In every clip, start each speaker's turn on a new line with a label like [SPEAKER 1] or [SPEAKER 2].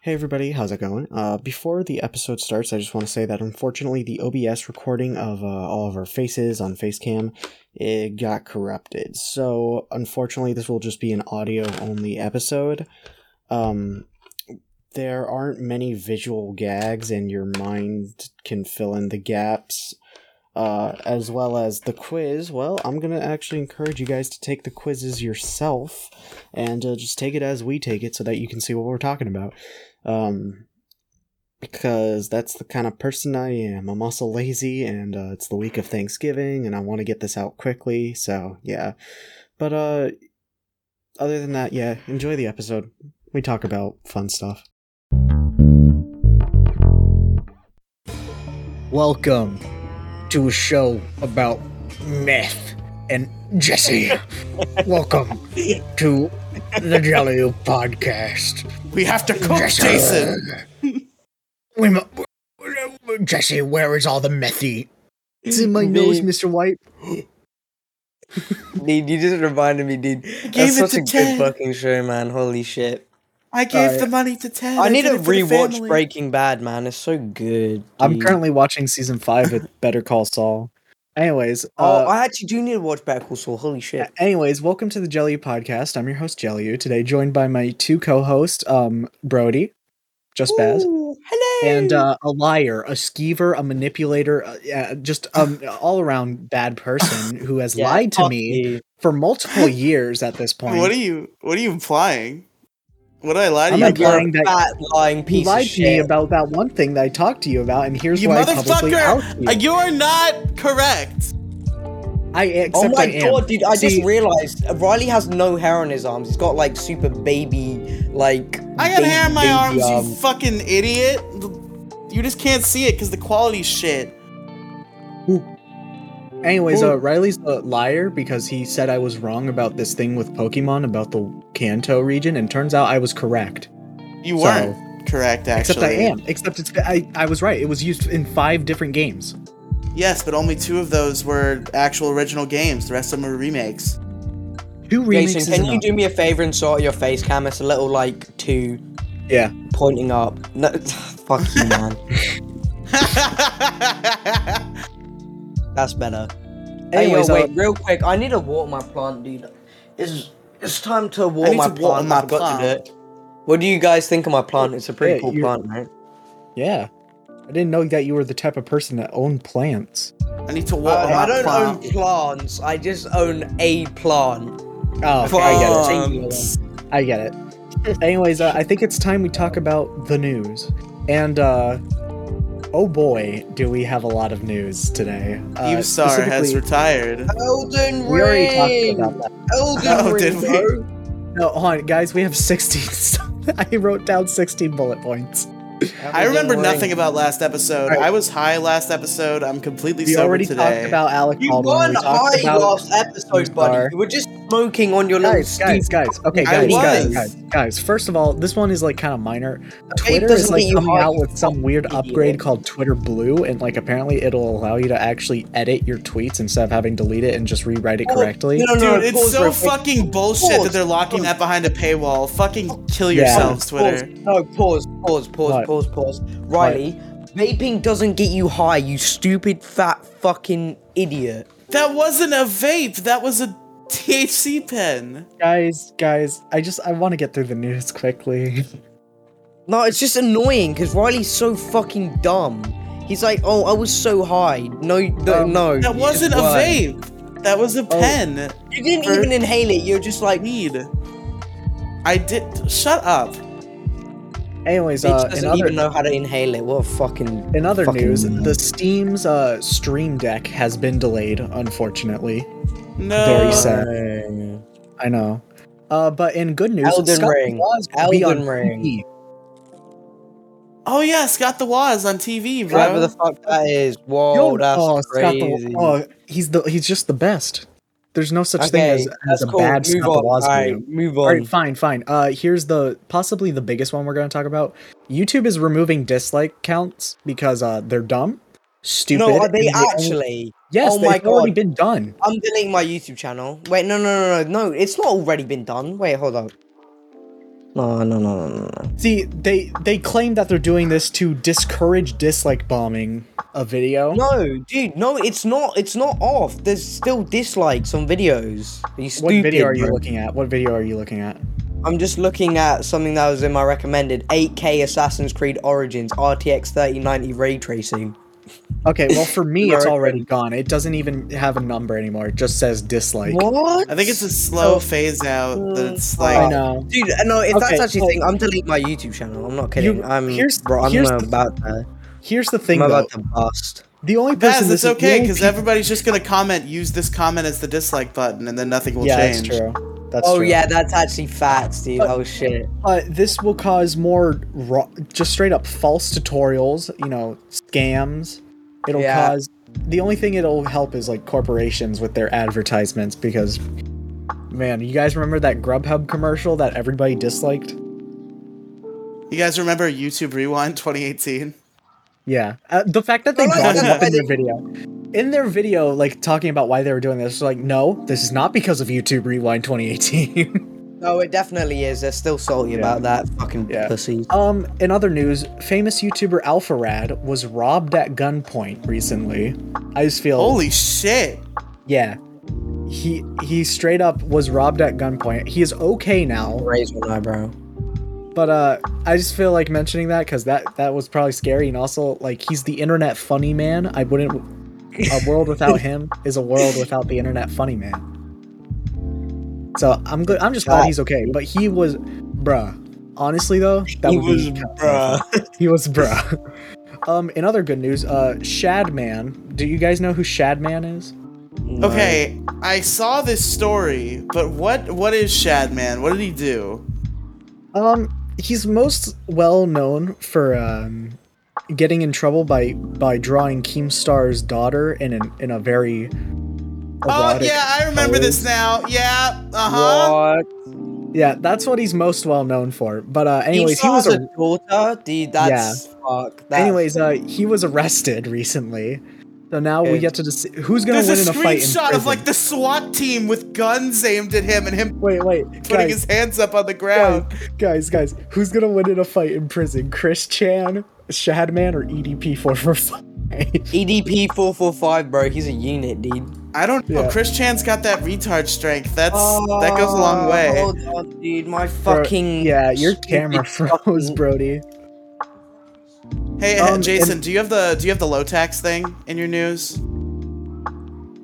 [SPEAKER 1] Hey everybody, how's it going? Uh, before the episode starts, I just want to say that unfortunately the OBS recording of uh, all of our faces on Facecam it got corrupted. So unfortunately, this will just be an audio only episode. Um, there aren't many visual gags, and your mind can fill in the gaps. Uh, as well as the quiz. Well, I'm gonna actually encourage you guys to take the quizzes yourself, and uh, just take it as we take it, so that you can see what we're talking about um, because that's the kind of person I am. I'm also lazy, and uh, it's the week of Thanksgiving, and I want to get this out quickly. So yeah, but uh, other than that, yeah, enjoy the episode. We talk about fun stuff.
[SPEAKER 2] Welcome to a show about meth and Jesse. Welcome to the Jelly Oop Podcast.
[SPEAKER 3] We have to cook,
[SPEAKER 2] Jesse.
[SPEAKER 3] Jason.
[SPEAKER 2] We mu- Jesse, where is all the methy? It's in my nose,
[SPEAKER 4] nose,
[SPEAKER 2] Mr. White.
[SPEAKER 4] Dude, you just reminded me, dude.
[SPEAKER 3] gave
[SPEAKER 4] That's such
[SPEAKER 3] it to
[SPEAKER 4] a
[SPEAKER 3] Ted.
[SPEAKER 4] good fucking show, man. Holy shit.
[SPEAKER 3] I gave
[SPEAKER 2] Alright.
[SPEAKER 3] the money to Ted.
[SPEAKER 4] I need
[SPEAKER 3] did
[SPEAKER 4] to
[SPEAKER 3] it for the
[SPEAKER 4] rewatch
[SPEAKER 3] family.
[SPEAKER 4] Breaking Bad, man. It's so good.
[SPEAKER 2] I'm
[SPEAKER 4] dude.
[SPEAKER 2] currently watching season five of Better Call Saul. Anyways,
[SPEAKER 4] Oh,
[SPEAKER 2] uh,
[SPEAKER 4] I actually do need to watch Better Call Saul. Holy shit.
[SPEAKER 2] anyways, welcome to the Jelly Oop Podcast. I'm your host Jelly. Oop, Today, joined by my two co-hosts, um, Brody, just Baz,
[SPEAKER 4] Ooh, hello.
[SPEAKER 2] and uh, a liar, a skeever, a manipulator, uh, yeah, just um, all around bad person who has
[SPEAKER 4] Yeah,
[SPEAKER 2] lied to
[SPEAKER 4] fuck
[SPEAKER 2] me
[SPEAKER 4] you.
[SPEAKER 2] for multiple years at this point.
[SPEAKER 3] What are you? What are you implying? What did I lie to
[SPEAKER 2] I'm
[SPEAKER 3] you?
[SPEAKER 4] You're
[SPEAKER 3] about?
[SPEAKER 2] implying
[SPEAKER 4] a
[SPEAKER 2] that-
[SPEAKER 4] fat lying
[SPEAKER 2] You
[SPEAKER 4] piece
[SPEAKER 2] lied
[SPEAKER 4] of
[SPEAKER 2] to me
[SPEAKER 4] shit.
[SPEAKER 2] about that one thing that I talked to you about, and here's
[SPEAKER 3] You
[SPEAKER 2] why I publicly out
[SPEAKER 3] motherfucker!
[SPEAKER 2] you.
[SPEAKER 3] Uh, You are not correct.
[SPEAKER 2] I
[SPEAKER 4] Oh
[SPEAKER 2] except
[SPEAKER 4] my
[SPEAKER 2] I am.
[SPEAKER 4] god, dude! I
[SPEAKER 2] See-
[SPEAKER 4] just realized Riley has no hair on his arms. He's got like super baby, like.
[SPEAKER 3] I got
[SPEAKER 4] baby,
[SPEAKER 3] hair in my
[SPEAKER 4] baby um,
[SPEAKER 3] arms, you
[SPEAKER 4] arm.
[SPEAKER 3] fucking idiot. You just can't see it because the quality's shit.
[SPEAKER 2] Anyways, uh, Riley's a liar because he said I was wrong about this thing with Pokemon about the Kanto region, and turns out I was correct.
[SPEAKER 3] You
[SPEAKER 2] So-
[SPEAKER 3] weren't correct, actually.
[SPEAKER 2] Except I am. Except it's I, I was right. It was used in five different games.
[SPEAKER 3] Yes, but only two of those were actual original games. The rest of them were remakes.
[SPEAKER 2] Two remakes
[SPEAKER 4] Jason,
[SPEAKER 2] is
[SPEAKER 4] can you
[SPEAKER 2] enough.
[SPEAKER 4] do me a favor and sort your face cam? It's a little like two
[SPEAKER 2] Yeah.
[SPEAKER 4] pointing up. No, fuck you, man. That's better. Hey, yo,
[SPEAKER 2] Anyways,
[SPEAKER 4] wait,
[SPEAKER 2] uh,
[SPEAKER 4] real quick. I need to water my plant, dude. It's it's time to water
[SPEAKER 3] need
[SPEAKER 4] my
[SPEAKER 3] to water
[SPEAKER 4] plant.
[SPEAKER 3] my
[SPEAKER 4] I forgot
[SPEAKER 3] plant.
[SPEAKER 4] to do it. What do you guys think of my plant? It's a pretty
[SPEAKER 2] Yeah,
[SPEAKER 4] cool
[SPEAKER 2] you're-
[SPEAKER 4] plant, right?
[SPEAKER 2] yeah. I didn't know that you were the type of person that owned plants.
[SPEAKER 3] I need to water
[SPEAKER 4] Uh, I
[SPEAKER 3] my
[SPEAKER 4] don't
[SPEAKER 3] plant.
[SPEAKER 4] own plants. I just own a plant.
[SPEAKER 2] Oh, okay, I get it.
[SPEAKER 4] Plants.
[SPEAKER 3] Um,
[SPEAKER 2] I get it. Anyways, uh, I think it's time we talk about the news. And uh oh boy, do we have a lot of news today. Uh,
[SPEAKER 3] Ubstar has
[SPEAKER 2] specifically-
[SPEAKER 3] retired.
[SPEAKER 4] Elden Ring.
[SPEAKER 2] we already talked about that.
[SPEAKER 4] Elden
[SPEAKER 3] Oh,
[SPEAKER 4] Ring.
[SPEAKER 3] did we?
[SPEAKER 4] bro.
[SPEAKER 2] No, Oh, hold on, guys. We have 16. st- I wrote down 16 bullet points.
[SPEAKER 3] I
[SPEAKER 4] Elden
[SPEAKER 3] remember
[SPEAKER 4] Ring.
[SPEAKER 3] nothing about last episode.
[SPEAKER 2] Alright.
[SPEAKER 3] I was high last episode. I'm completely
[SPEAKER 2] We
[SPEAKER 3] sober
[SPEAKER 2] already
[SPEAKER 3] today.
[SPEAKER 2] talked about Alec
[SPEAKER 4] You
[SPEAKER 2] Baldwin.
[SPEAKER 4] won
[SPEAKER 2] We talked
[SPEAKER 4] high
[SPEAKER 2] about
[SPEAKER 4] last episode,
[SPEAKER 2] Star.
[SPEAKER 4] buddy. You were just smoking on your little
[SPEAKER 2] guys, guys,
[SPEAKER 4] stupid-
[SPEAKER 2] guys. Okay,
[SPEAKER 3] I
[SPEAKER 2] guys, guys,
[SPEAKER 3] was.
[SPEAKER 2] guys, guys. First of all, this one is like kind of minor.
[SPEAKER 4] Okay,
[SPEAKER 2] Twitter
[SPEAKER 4] doesn't
[SPEAKER 2] is like
[SPEAKER 4] get you
[SPEAKER 2] coming
[SPEAKER 4] high,
[SPEAKER 2] out
[SPEAKER 4] you
[SPEAKER 2] with some weird
[SPEAKER 4] idiot.
[SPEAKER 2] upgrade called Twitter Blue, and like apparently it'll allow you to actually edit your tweets instead of having to delete it and just rewrite it
[SPEAKER 4] Oh,
[SPEAKER 2] correctly.
[SPEAKER 4] you know,
[SPEAKER 3] Dude,
[SPEAKER 4] No,
[SPEAKER 3] it's
[SPEAKER 4] pause
[SPEAKER 3] so
[SPEAKER 4] real quick.
[SPEAKER 3] fucking bullshit that
[SPEAKER 4] Pause,
[SPEAKER 3] they're locking
[SPEAKER 4] pause.
[SPEAKER 3] that behind a paywall. Fucking kill
[SPEAKER 2] Yeah.
[SPEAKER 3] yourselves, Twitter.
[SPEAKER 4] Pause. No, pause, pause, pause,
[SPEAKER 2] Right.
[SPEAKER 4] pause, pause. Riley, vaping doesn't get you high, you stupid fat fucking idiot.
[SPEAKER 3] That wasn't a vape. That was a THC pen.
[SPEAKER 2] Guys, guys, I just I want to get through the news quickly.
[SPEAKER 4] No, it's just annoying because Riley's so fucking dumb. He's like, oh, I was so high. No, no,
[SPEAKER 2] Um,
[SPEAKER 4] no.
[SPEAKER 3] That
[SPEAKER 4] you
[SPEAKER 3] wasn't a
[SPEAKER 4] just weren't.
[SPEAKER 3] vape. That
[SPEAKER 2] Oh.
[SPEAKER 3] was a pen.
[SPEAKER 4] You didn't
[SPEAKER 3] Or-
[SPEAKER 4] even inhale it. You're just like,
[SPEAKER 3] Weed. I did. Shut up.
[SPEAKER 2] Anyways,
[SPEAKER 4] bitch
[SPEAKER 2] uh, in
[SPEAKER 4] doesn't
[SPEAKER 2] other
[SPEAKER 4] even know how to inhale it. What a fucking.
[SPEAKER 2] In other
[SPEAKER 4] fucking
[SPEAKER 2] news,
[SPEAKER 4] man.
[SPEAKER 2] the Steam's uh, Stream Deck has been delayed, unfortunately.
[SPEAKER 3] No.
[SPEAKER 2] Very sad. I know. Uh, but in good news,
[SPEAKER 4] Elden
[SPEAKER 2] Scott
[SPEAKER 4] Ring.
[SPEAKER 2] Laws will be
[SPEAKER 4] Elden
[SPEAKER 2] on
[SPEAKER 4] Ring.
[SPEAKER 2] TV.
[SPEAKER 3] Oh yeah, Scott the Waz on TV, bro.
[SPEAKER 4] Whatever the fuck that is. Whoa,
[SPEAKER 2] Yo,
[SPEAKER 4] that's
[SPEAKER 2] oh, Scott the-
[SPEAKER 4] crazy.
[SPEAKER 2] oh, he's the he's just the best. There's no such thing as, as
[SPEAKER 4] that's
[SPEAKER 2] a
[SPEAKER 4] cool.
[SPEAKER 2] bad
[SPEAKER 4] move
[SPEAKER 2] Scott
[SPEAKER 4] on.
[SPEAKER 2] the Laws
[SPEAKER 4] All
[SPEAKER 2] video.
[SPEAKER 4] right, move
[SPEAKER 2] All
[SPEAKER 4] on.
[SPEAKER 2] right, fine, fine. Uh, here's the possibly the biggest one we're going to talk about. YouTube is removing dislike counts because uh, they're dumb, stupid.
[SPEAKER 4] no, are
[SPEAKER 2] and
[SPEAKER 4] they
[SPEAKER 2] only-
[SPEAKER 4] actually?
[SPEAKER 2] yes,
[SPEAKER 4] Oh my
[SPEAKER 2] they've already
[SPEAKER 4] God.
[SPEAKER 2] been done.
[SPEAKER 4] I'm deleting my YouTube channel. Wait, no, no, no, no, no. It's not already been done. Wait, hold on. No, no, no, no, no, no.
[SPEAKER 2] See, they they claim that they're doing this to discourage dislike bombing a video.
[SPEAKER 4] No, dude, no, it's not. It's not off. There's still dislikes on videos. Are you
[SPEAKER 2] what
[SPEAKER 4] stupid?
[SPEAKER 2] video are you
[SPEAKER 4] bro?
[SPEAKER 2] looking at? What video are you looking at?
[SPEAKER 4] I'm just looking at something that was in my recommended 8K Assassin's Creed Origins RTX 3090 ray tracing.
[SPEAKER 2] Okay, well for me it's
[SPEAKER 4] American.
[SPEAKER 2] already gone. It doesn't even have a number anymore. It just says dislike.
[SPEAKER 4] What?
[SPEAKER 3] I think it's a slow
[SPEAKER 4] Oh.
[SPEAKER 3] phase out. That it's
[SPEAKER 2] I
[SPEAKER 3] like
[SPEAKER 2] know.
[SPEAKER 4] Dude, uh, no, if
[SPEAKER 2] Okay,
[SPEAKER 4] that's actually
[SPEAKER 2] so-
[SPEAKER 4] a thing, I'm deleting my YouTube channel. I'm not kidding.
[SPEAKER 2] You-
[SPEAKER 4] I'm
[SPEAKER 2] here's-
[SPEAKER 4] bro, I'm
[SPEAKER 2] here's the-
[SPEAKER 4] about to
[SPEAKER 2] Here's the thing
[SPEAKER 4] I'm
[SPEAKER 2] though.
[SPEAKER 4] about to bust.
[SPEAKER 2] The only person
[SPEAKER 3] Baz,
[SPEAKER 2] this
[SPEAKER 3] it's
[SPEAKER 2] is- the
[SPEAKER 3] okay
[SPEAKER 2] only
[SPEAKER 3] because
[SPEAKER 2] pe-
[SPEAKER 3] everybody's just gonna comment. Use this comment as the dislike button, and then nothing will
[SPEAKER 2] Yeah,
[SPEAKER 3] change.
[SPEAKER 2] that's true. That's
[SPEAKER 4] oh
[SPEAKER 2] true.
[SPEAKER 4] yeah, that's actually facts, dude. oh shit.
[SPEAKER 2] But this will cause more ro- just straight up false tutorials, you know, scams. It'll
[SPEAKER 4] Yeah.
[SPEAKER 2] cause the only thing it'll help is like corporations with their advertisements because man, you guys remember that Grubhub commercial that everybody disliked?
[SPEAKER 3] You guys remember YouTube Rewind 2018?
[SPEAKER 2] Yeah. Uh, the fact that they
[SPEAKER 4] Well,
[SPEAKER 2] brought
[SPEAKER 3] that's
[SPEAKER 2] it
[SPEAKER 3] not
[SPEAKER 2] up in their video. In their video, like talking about why they were doing this, like, no, this is not because of YouTube Rewind 2018.
[SPEAKER 4] No, it definitely is. They're still salty about that fucking
[SPEAKER 2] Yeah.
[SPEAKER 4] pussies.
[SPEAKER 2] um, in other news, famous YouTuber Alpharad was robbed at gunpoint recently. I just feel
[SPEAKER 3] Holy shit!
[SPEAKER 2] yeah. He he straight up was robbed at gunpoint. He is okay now,
[SPEAKER 4] Raise one eyebrow.
[SPEAKER 2] but uh, I just feel like mentioning that because that that was probably scary, and also like he's the internet funny man. I wouldn't. A world without him is a world without the internet funny man. So I'm good. I'm just glad he's okay. But he was, bruh. Honestly though, that would be kinda terrifying. He was bruh. Um, in other good news, uh, Shadman. Do you guys know who Shadman is?
[SPEAKER 3] Okay, I saw this story, but what what is Shadman? What did he do?
[SPEAKER 2] Um, he's most well known for um, getting in trouble by by drawing Keemstar's daughter in an, in a very
[SPEAKER 3] Oh
[SPEAKER 2] erotic
[SPEAKER 3] yeah, I remember this
[SPEAKER 2] pose.
[SPEAKER 3] now. Yeah, uh huh.
[SPEAKER 4] uh-huh.
[SPEAKER 2] Yeah, that's what he's most well known for. But uh, anyways, he was
[SPEAKER 4] a
[SPEAKER 2] ar-
[SPEAKER 4] daughter, dude. That's fuck. That's,
[SPEAKER 2] anyways uh, he was arrested recently. So now we
[SPEAKER 4] Good.
[SPEAKER 2] get to dec- who's gonna
[SPEAKER 3] There's a
[SPEAKER 2] win in a fight in
[SPEAKER 3] screenshot
[SPEAKER 2] prison.
[SPEAKER 3] of like the SWAT team with guns aimed at him and him
[SPEAKER 2] wait, wait,
[SPEAKER 3] putting
[SPEAKER 2] guys,
[SPEAKER 3] his hands up on the ground.
[SPEAKER 2] guys, guys, who's gonna win in a fight in prison? Chris Chan, Shadman, or EDP four four five?
[SPEAKER 4] EDP E four four five, bro. He's a unit, dude.
[SPEAKER 3] I don't know.
[SPEAKER 2] Yeah.
[SPEAKER 3] Chris Chan's got that retard strength. That's that goes a long
[SPEAKER 2] Uh,
[SPEAKER 4] Oh,
[SPEAKER 3] way.
[SPEAKER 4] Hold on, dude. My
[SPEAKER 2] Bro,
[SPEAKER 4] fucking
[SPEAKER 2] yeah, your camera froze, Brody.
[SPEAKER 3] Hey,
[SPEAKER 2] Um,
[SPEAKER 3] Jason, do you have the do you have the low tax thing in your news?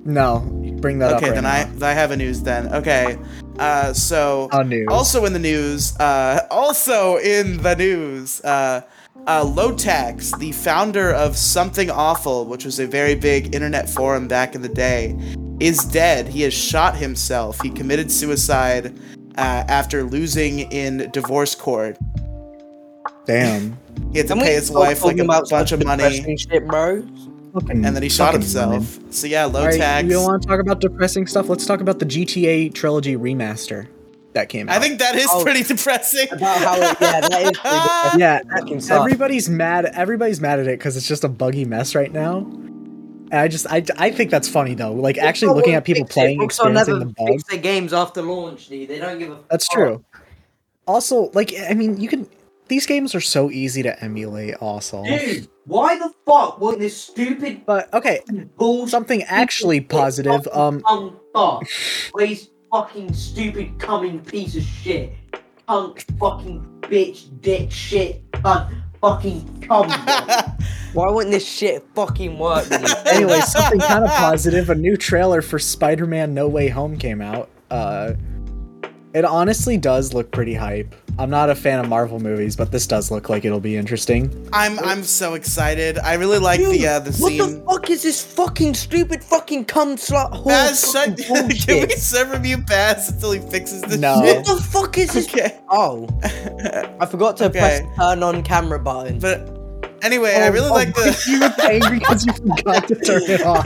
[SPEAKER 2] No, bring that up.
[SPEAKER 3] okay,
[SPEAKER 2] right
[SPEAKER 3] then
[SPEAKER 2] now.
[SPEAKER 3] I then I have a news then. Okay. Uh so
[SPEAKER 2] On news.
[SPEAKER 3] also in the news, uh also in the news, uh uh, Lotax, the founder of Something Awful, which was a very big internet forum back in the day, is dead. He has shot himself. He committed suicide uh, after losing in divorce court.
[SPEAKER 2] Damn.
[SPEAKER 3] He had to
[SPEAKER 4] Can we
[SPEAKER 3] pay his
[SPEAKER 4] stop
[SPEAKER 3] wife like
[SPEAKER 4] talking
[SPEAKER 3] a
[SPEAKER 4] about
[SPEAKER 3] bunch
[SPEAKER 4] such
[SPEAKER 3] of money,
[SPEAKER 4] depressing shit, bro.
[SPEAKER 3] and then he shot himself. So yeah,
[SPEAKER 2] All right,
[SPEAKER 3] Lotax.
[SPEAKER 2] you don't want to talk about depressing stuff. Let's talk about the GTA trilogy remaster that came out.
[SPEAKER 3] I think that is
[SPEAKER 4] Oh.
[SPEAKER 3] pretty depressing.
[SPEAKER 4] About how it, yeah, that is. Pretty depressing.
[SPEAKER 2] yeah,
[SPEAKER 4] Fucking sucks.
[SPEAKER 2] everybody's mad. Everybody's mad at it because it's just a buggy mess right now. And I just, I, I think that's funny though. Like actually
[SPEAKER 4] Rockstar
[SPEAKER 2] looking
[SPEAKER 4] won't
[SPEAKER 2] at people
[SPEAKER 4] fix it.
[SPEAKER 2] playing,
[SPEAKER 4] Rockstar
[SPEAKER 2] experiencing
[SPEAKER 4] never
[SPEAKER 2] the
[SPEAKER 4] fix
[SPEAKER 2] bugs.
[SPEAKER 4] their games after launch, dude. They don't give a.
[SPEAKER 2] That's
[SPEAKER 4] fuck.
[SPEAKER 2] true. Also, like I mean, you can. These games are so easy to emulate. Also,
[SPEAKER 4] Dude, why the fuck wasn't this stupid
[SPEAKER 2] but okay,
[SPEAKER 4] bullshit?
[SPEAKER 2] something actually positive. Um,
[SPEAKER 4] Cunt fuck. Waste fucking stupid coming piece of shit. Cunt fucking bitch dick shit. Cunt fucking cum. Why wouldn't this shit fucking work?
[SPEAKER 2] anyway, something kind of positive. A new trailer for Spider-Man: No Way Home came out. Uh, it honestly does look pretty hype. I'm not a fan of Marvel movies, but this does look like it'll be interesting.
[SPEAKER 3] I'm I'm so excited. I really like the uh, the
[SPEAKER 4] what
[SPEAKER 3] scene.
[SPEAKER 4] the fuck is this fucking stupid fucking cum slut whore?
[SPEAKER 3] Baz, shut.
[SPEAKER 4] fucking
[SPEAKER 3] Can
[SPEAKER 4] bullshit?
[SPEAKER 3] we serve him you Baz until he fixes this
[SPEAKER 2] No.
[SPEAKER 4] What
[SPEAKER 3] shit?
[SPEAKER 4] the fuck is this?
[SPEAKER 3] Okay.
[SPEAKER 4] Oh, I forgot to
[SPEAKER 3] Okay.
[SPEAKER 4] press the turn on camera button.
[SPEAKER 3] But anyway, I really
[SPEAKER 2] Oh,
[SPEAKER 3] like the.
[SPEAKER 2] you were angry because you forgot to turn it off.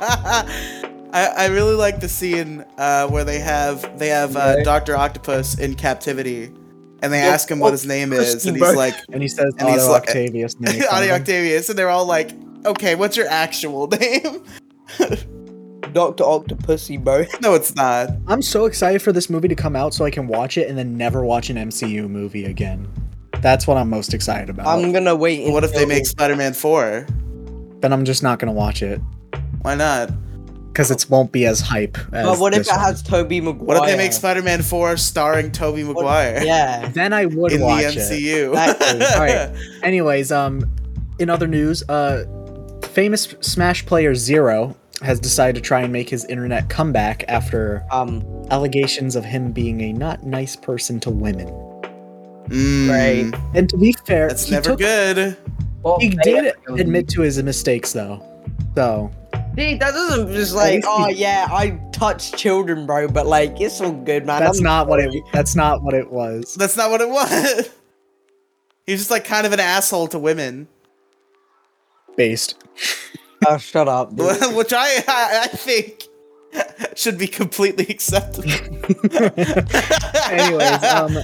[SPEAKER 3] I, I really like the scene uh, where they have they have uh, Doctor Octopus in captivity, and they
[SPEAKER 4] Yeah,
[SPEAKER 3] ask him what
[SPEAKER 4] oh,
[SPEAKER 3] his name is,
[SPEAKER 4] Christine,
[SPEAKER 3] and
[SPEAKER 4] bro.
[SPEAKER 3] he's like
[SPEAKER 2] And he says
[SPEAKER 3] And he's
[SPEAKER 2] Otto
[SPEAKER 3] like-
[SPEAKER 2] Octavius. and then he found
[SPEAKER 3] Audio
[SPEAKER 2] him.
[SPEAKER 3] Octavius, and they're all like, "Okay, what's your actual name?"
[SPEAKER 4] Doctor Octopussy, bro.
[SPEAKER 3] No, it's not.
[SPEAKER 2] I'm so excited for this movie to come out so I can watch it and then never watch an MCU movie again. That's what I'm most excited about.
[SPEAKER 4] I'm gonna wait.
[SPEAKER 3] What if they
[SPEAKER 4] until-
[SPEAKER 3] make Spider-Man Four?
[SPEAKER 2] then I'm just not gonna watch it
[SPEAKER 3] Why not?
[SPEAKER 2] because it won't be as hype. As
[SPEAKER 4] But what if
[SPEAKER 2] this
[SPEAKER 4] it
[SPEAKER 2] one.
[SPEAKER 4] has Toby Maguire?
[SPEAKER 3] What if they make Spider-Man Four starring Tobey
[SPEAKER 4] What-
[SPEAKER 3] Maguire
[SPEAKER 4] Yeah.
[SPEAKER 2] Then I would
[SPEAKER 3] in the
[SPEAKER 2] watch it.
[SPEAKER 3] MCU?
[SPEAKER 4] Exactly.
[SPEAKER 2] Alright. Anyways, um, in other news, uh, famous Smash player Zero has decided to try and make his internet comeback after
[SPEAKER 4] Um.
[SPEAKER 2] allegations of him being a not nice person to women.
[SPEAKER 3] Mm,
[SPEAKER 4] Right.
[SPEAKER 2] And to be fair,
[SPEAKER 3] That's
[SPEAKER 2] he
[SPEAKER 3] never
[SPEAKER 2] took-
[SPEAKER 3] good.
[SPEAKER 4] well,
[SPEAKER 2] He
[SPEAKER 4] they-
[SPEAKER 2] did admit to his mistakes though. So
[SPEAKER 4] Dude, that doesn't just like,
[SPEAKER 2] least
[SPEAKER 4] oh
[SPEAKER 2] he-
[SPEAKER 4] yeah, I touched children, bro. But like, it's all good, man.
[SPEAKER 2] that's
[SPEAKER 4] I'm
[SPEAKER 2] not what it
[SPEAKER 4] sorry.
[SPEAKER 2] that's not what it was.
[SPEAKER 3] That's not what it was. He's just like kind of an asshole to women,
[SPEAKER 2] Based.
[SPEAKER 4] Oh, shut up. dude.
[SPEAKER 3] which I I, I think should be completely acceptable.
[SPEAKER 2] Anyways, um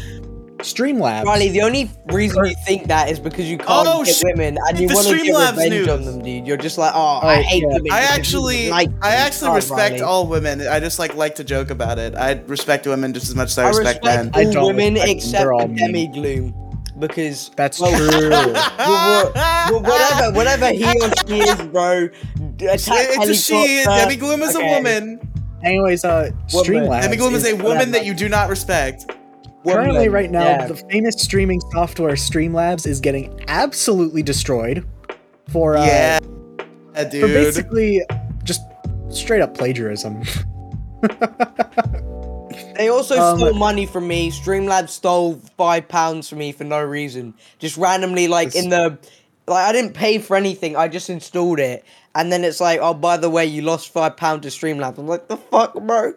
[SPEAKER 2] Streamlabs.
[SPEAKER 4] Riley, the only reason you think that is because you can't
[SPEAKER 3] Oh,
[SPEAKER 4] get
[SPEAKER 3] sh-
[SPEAKER 4] women and you
[SPEAKER 3] the
[SPEAKER 4] want to get
[SPEAKER 3] Streamlabs
[SPEAKER 4] revenge
[SPEAKER 3] news.
[SPEAKER 4] on them, dude. You're just like, oh, I
[SPEAKER 2] Oh,
[SPEAKER 4] hate
[SPEAKER 2] yeah.
[SPEAKER 4] women.
[SPEAKER 3] I
[SPEAKER 4] because you
[SPEAKER 3] actually,
[SPEAKER 4] like
[SPEAKER 3] I
[SPEAKER 4] them."
[SPEAKER 3] actually
[SPEAKER 4] Oh,
[SPEAKER 3] respect
[SPEAKER 4] Riley.
[SPEAKER 3] all women. I just like like to joke about it. I respect women just as much as I,
[SPEAKER 4] I respect
[SPEAKER 3] respect, men.
[SPEAKER 4] all
[SPEAKER 2] I don't
[SPEAKER 4] women
[SPEAKER 2] respect them.
[SPEAKER 4] except
[SPEAKER 2] They're all
[SPEAKER 4] for
[SPEAKER 2] mean.
[SPEAKER 4] Demi Gloom because
[SPEAKER 2] That's
[SPEAKER 4] Well-
[SPEAKER 2] true.
[SPEAKER 4] Well, well, whatever, whatever he or she is, bro. d- Attack
[SPEAKER 3] It's a she.
[SPEAKER 4] helicopter.
[SPEAKER 3] Demi Gloom is
[SPEAKER 4] Okay.
[SPEAKER 3] a woman.
[SPEAKER 2] Anyways, uh
[SPEAKER 4] Woman.
[SPEAKER 2] Streamlabs.
[SPEAKER 3] Demi Gloom is a woman that
[SPEAKER 4] like-
[SPEAKER 3] you do not respect.
[SPEAKER 2] Currently,
[SPEAKER 4] Woman,
[SPEAKER 2] right now,
[SPEAKER 4] yeah.
[SPEAKER 2] the famous streaming software Streamlabs is getting absolutely destroyed for uh,
[SPEAKER 3] Yeah,
[SPEAKER 2] for
[SPEAKER 3] dude.
[SPEAKER 2] basically just straight up plagiarism.
[SPEAKER 4] They also
[SPEAKER 2] Um,
[SPEAKER 4] stole money from me. Streamlabs stole five pounds from me for no reason. Just randomly, like in the, like I didn't pay for anything. I just installed it, and then it's like, oh, by the way, you lost five pounds to Streamlabs. I'm like, the fuck, bro.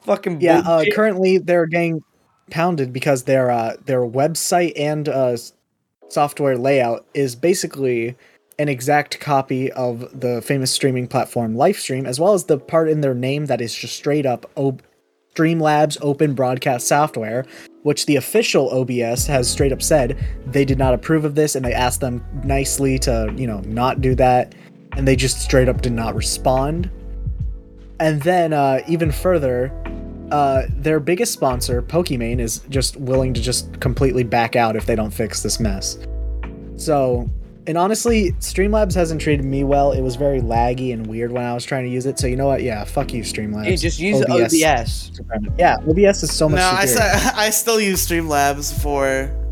[SPEAKER 4] Fucking
[SPEAKER 2] yeah, uh,
[SPEAKER 4] bullshit.
[SPEAKER 2] currently they're getting pounded because their uh, their website and uh, s- software layout is basically an exact copy of the famous streaming platform Livestream, as well as the part in their name that is just straight up o- Streamlabs Open Broadcast Software, which the official OBS has straight up said they did not approve of this, and they asked them nicely to you know not do that, and they just straight up did not respond. And then uh, even further, uh, their biggest sponsor, Pokimane, is just willing to just completely back out if they don't fix this mess. So, and honestly, Streamlabs hasn't treated me well. It was very laggy and weird when I was trying to use it. So you know what? Yeah, fuck you, Streamlabs.
[SPEAKER 4] Dude, just use OBS. OBS.
[SPEAKER 2] Yeah, OBS is so much.
[SPEAKER 3] No, I,
[SPEAKER 2] superior.
[SPEAKER 3] s- I still use Streamlabs for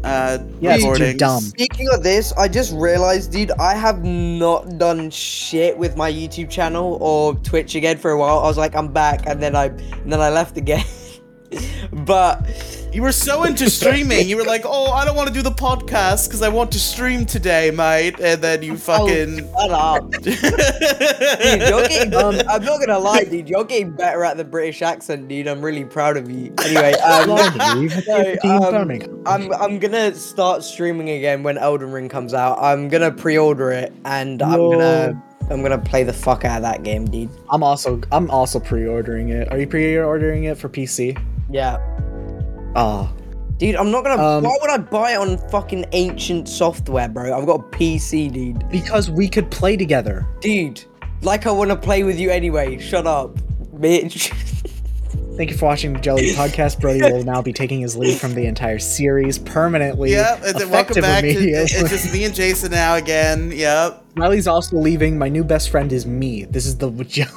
[SPEAKER 3] uh,
[SPEAKER 2] Yeah, it's too
[SPEAKER 3] recordings.
[SPEAKER 2] dumb.
[SPEAKER 4] Speaking of this, I just realized, dude, I have not done shit with my YouTube channel or Twitch again for a while. I was like, I'm back, and then I, and then I left again. but
[SPEAKER 3] You were so into streaming. You were like, "Oh, I don't want to do the podcast because I want to stream today, mate." And then
[SPEAKER 2] Oh.
[SPEAKER 3] you fucking.
[SPEAKER 4] shut up. Dude, you're getting, um, I'm not gonna lie, dude. You're getting better at the British accent, dude. I'm really proud of you. Anyway, um,
[SPEAKER 2] Blimey, what
[SPEAKER 4] no,
[SPEAKER 2] the
[SPEAKER 4] um,
[SPEAKER 2] fuck are you doing?
[SPEAKER 4] I'm I'm gonna start streaming again when Elden Ring comes out. I'm gonna pre-order it, and I'm gonna I'm gonna play the fuck out of that game, dude.
[SPEAKER 2] I'm also I'm also pre-ordering it. Are you pre-ordering it for PC?
[SPEAKER 4] Yeah,
[SPEAKER 2] Ah,
[SPEAKER 4] dude. I'm not gonna.
[SPEAKER 2] Um,
[SPEAKER 4] why would I buy it on fucking ancient software, bro? I've got a PC, dude.
[SPEAKER 2] because we could play together.
[SPEAKER 4] Dude, like I wanna play with you anyway. Shut up, bitch.
[SPEAKER 2] Thank you for watching the Jelly Podcast. Brody will now be taking his leave from the entire series permanently.
[SPEAKER 3] Yep. And then welcome
[SPEAKER 2] effective
[SPEAKER 3] back. To,
[SPEAKER 2] immediately.
[SPEAKER 3] it's just me and Jason now again. Yep.
[SPEAKER 2] Riley's also leaving. My new best friend is me. This is the Jelly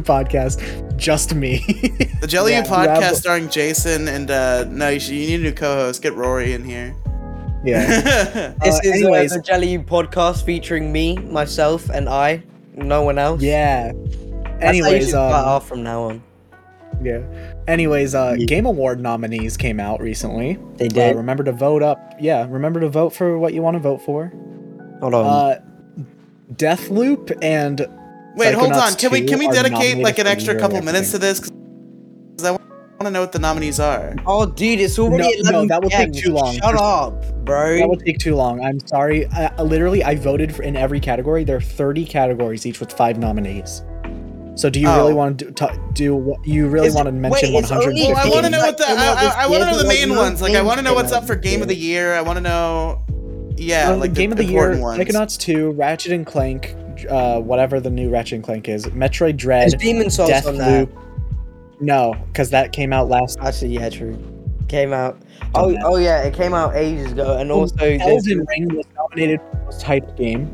[SPEAKER 2] Podcast, just me.
[SPEAKER 3] The Jelly
[SPEAKER 2] Yeah,
[SPEAKER 3] U
[SPEAKER 2] you have-
[SPEAKER 3] podcast starring Jason and uh, no, you, should, you need a new co-host. Get Rory in here.
[SPEAKER 2] yeah. Uh,
[SPEAKER 4] This is
[SPEAKER 2] anyways.
[SPEAKER 4] uh, the Jelly U podcast featuring me, myself, and I. No one else.
[SPEAKER 2] Yeah.
[SPEAKER 4] That's how you should
[SPEAKER 2] Anyways,
[SPEAKER 4] start
[SPEAKER 2] um,
[SPEAKER 4] off from now on.
[SPEAKER 2] yeah. Anyways, uh, Game Award nominees came out recently.
[SPEAKER 4] They
[SPEAKER 2] Uh,
[SPEAKER 4] did.
[SPEAKER 2] remember to vote up. Yeah, remember to vote for what you want to vote for.
[SPEAKER 4] Hold on.
[SPEAKER 2] Uh, Deathloop and
[SPEAKER 3] Wait, hold on.
[SPEAKER 2] Psychonauts
[SPEAKER 3] Can we
[SPEAKER 2] 2
[SPEAKER 3] can we
[SPEAKER 2] are
[SPEAKER 3] dedicate
[SPEAKER 2] nominated
[SPEAKER 3] like an
[SPEAKER 2] for
[SPEAKER 3] extra
[SPEAKER 2] Euro
[SPEAKER 3] couple
[SPEAKER 2] everything.
[SPEAKER 3] minutes to this? Because I want to know what the nominees are.
[SPEAKER 4] oh, dude, it's already
[SPEAKER 2] No,
[SPEAKER 4] 11
[SPEAKER 2] no, that will take
[SPEAKER 4] PM.
[SPEAKER 2] too long.
[SPEAKER 4] Shut up, bro.
[SPEAKER 2] That would take too long. I'm sorry. I, I literally, I voted for in every category. There are 30 categories, each with five nominees. So, do you
[SPEAKER 3] Oh.
[SPEAKER 2] really want to do, t- do what you really
[SPEAKER 4] Is it-
[SPEAKER 2] want to mention
[SPEAKER 4] wait, it's only-
[SPEAKER 2] 150?
[SPEAKER 3] Well, Oh, I want to know what the
[SPEAKER 4] Came out
[SPEAKER 3] I,
[SPEAKER 4] this
[SPEAKER 3] I, I want to
[SPEAKER 4] year,
[SPEAKER 3] know the
[SPEAKER 4] but, like,
[SPEAKER 3] main
[SPEAKER 4] no
[SPEAKER 3] ones. Like I
[SPEAKER 4] games
[SPEAKER 3] want to know
[SPEAKER 4] came
[SPEAKER 3] what's
[SPEAKER 4] out
[SPEAKER 3] up for
[SPEAKER 4] this
[SPEAKER 3] game of the year. I want to know, yeah,
[SPEAKER 2] Well,
[SPEAKER 3] like
[SPEAKER 2] the game of the year,
[SPEAKER 3] important ones.
[SPEAKER 2] Psychonauts 2, Ratchet and Clank, uh, whatever the new Ratchet and Clank is, Metroid Dread,
[SPEAKER 4] There's Demon Souls on that.
[SPEAKER 2] Deathloop. No, because that came out last.
[SPEAKER 4] Actually, yeah, true. Came out. Oh, oh yeah, it came out ages ago, and also there's
[SPEAKER 2] Elden Ring Oh, was nominated for most hyped game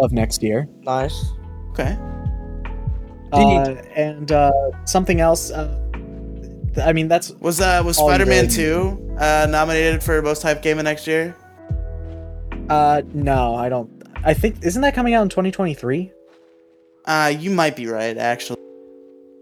[SPEAKER 2] of next year,
[SPEAKER 4] nice.
[SPEAKER 3] Okay.
[SPEAKER 2] uh, and uh, something else. Uh, th- I mean, that's
[SPEAKER 3] Was uh was
[SPEAKER 2] All
[SPEAKER 3] Spider Man
[SPEAKER 2] good.
[SPEAKER 3] Two uh nominated for most hype game of next year?
[SPEAKER 2] uh, no, I don't. I think isn't that coming out in 2023?
[SPEAKER 3] Uh, you might be right actually.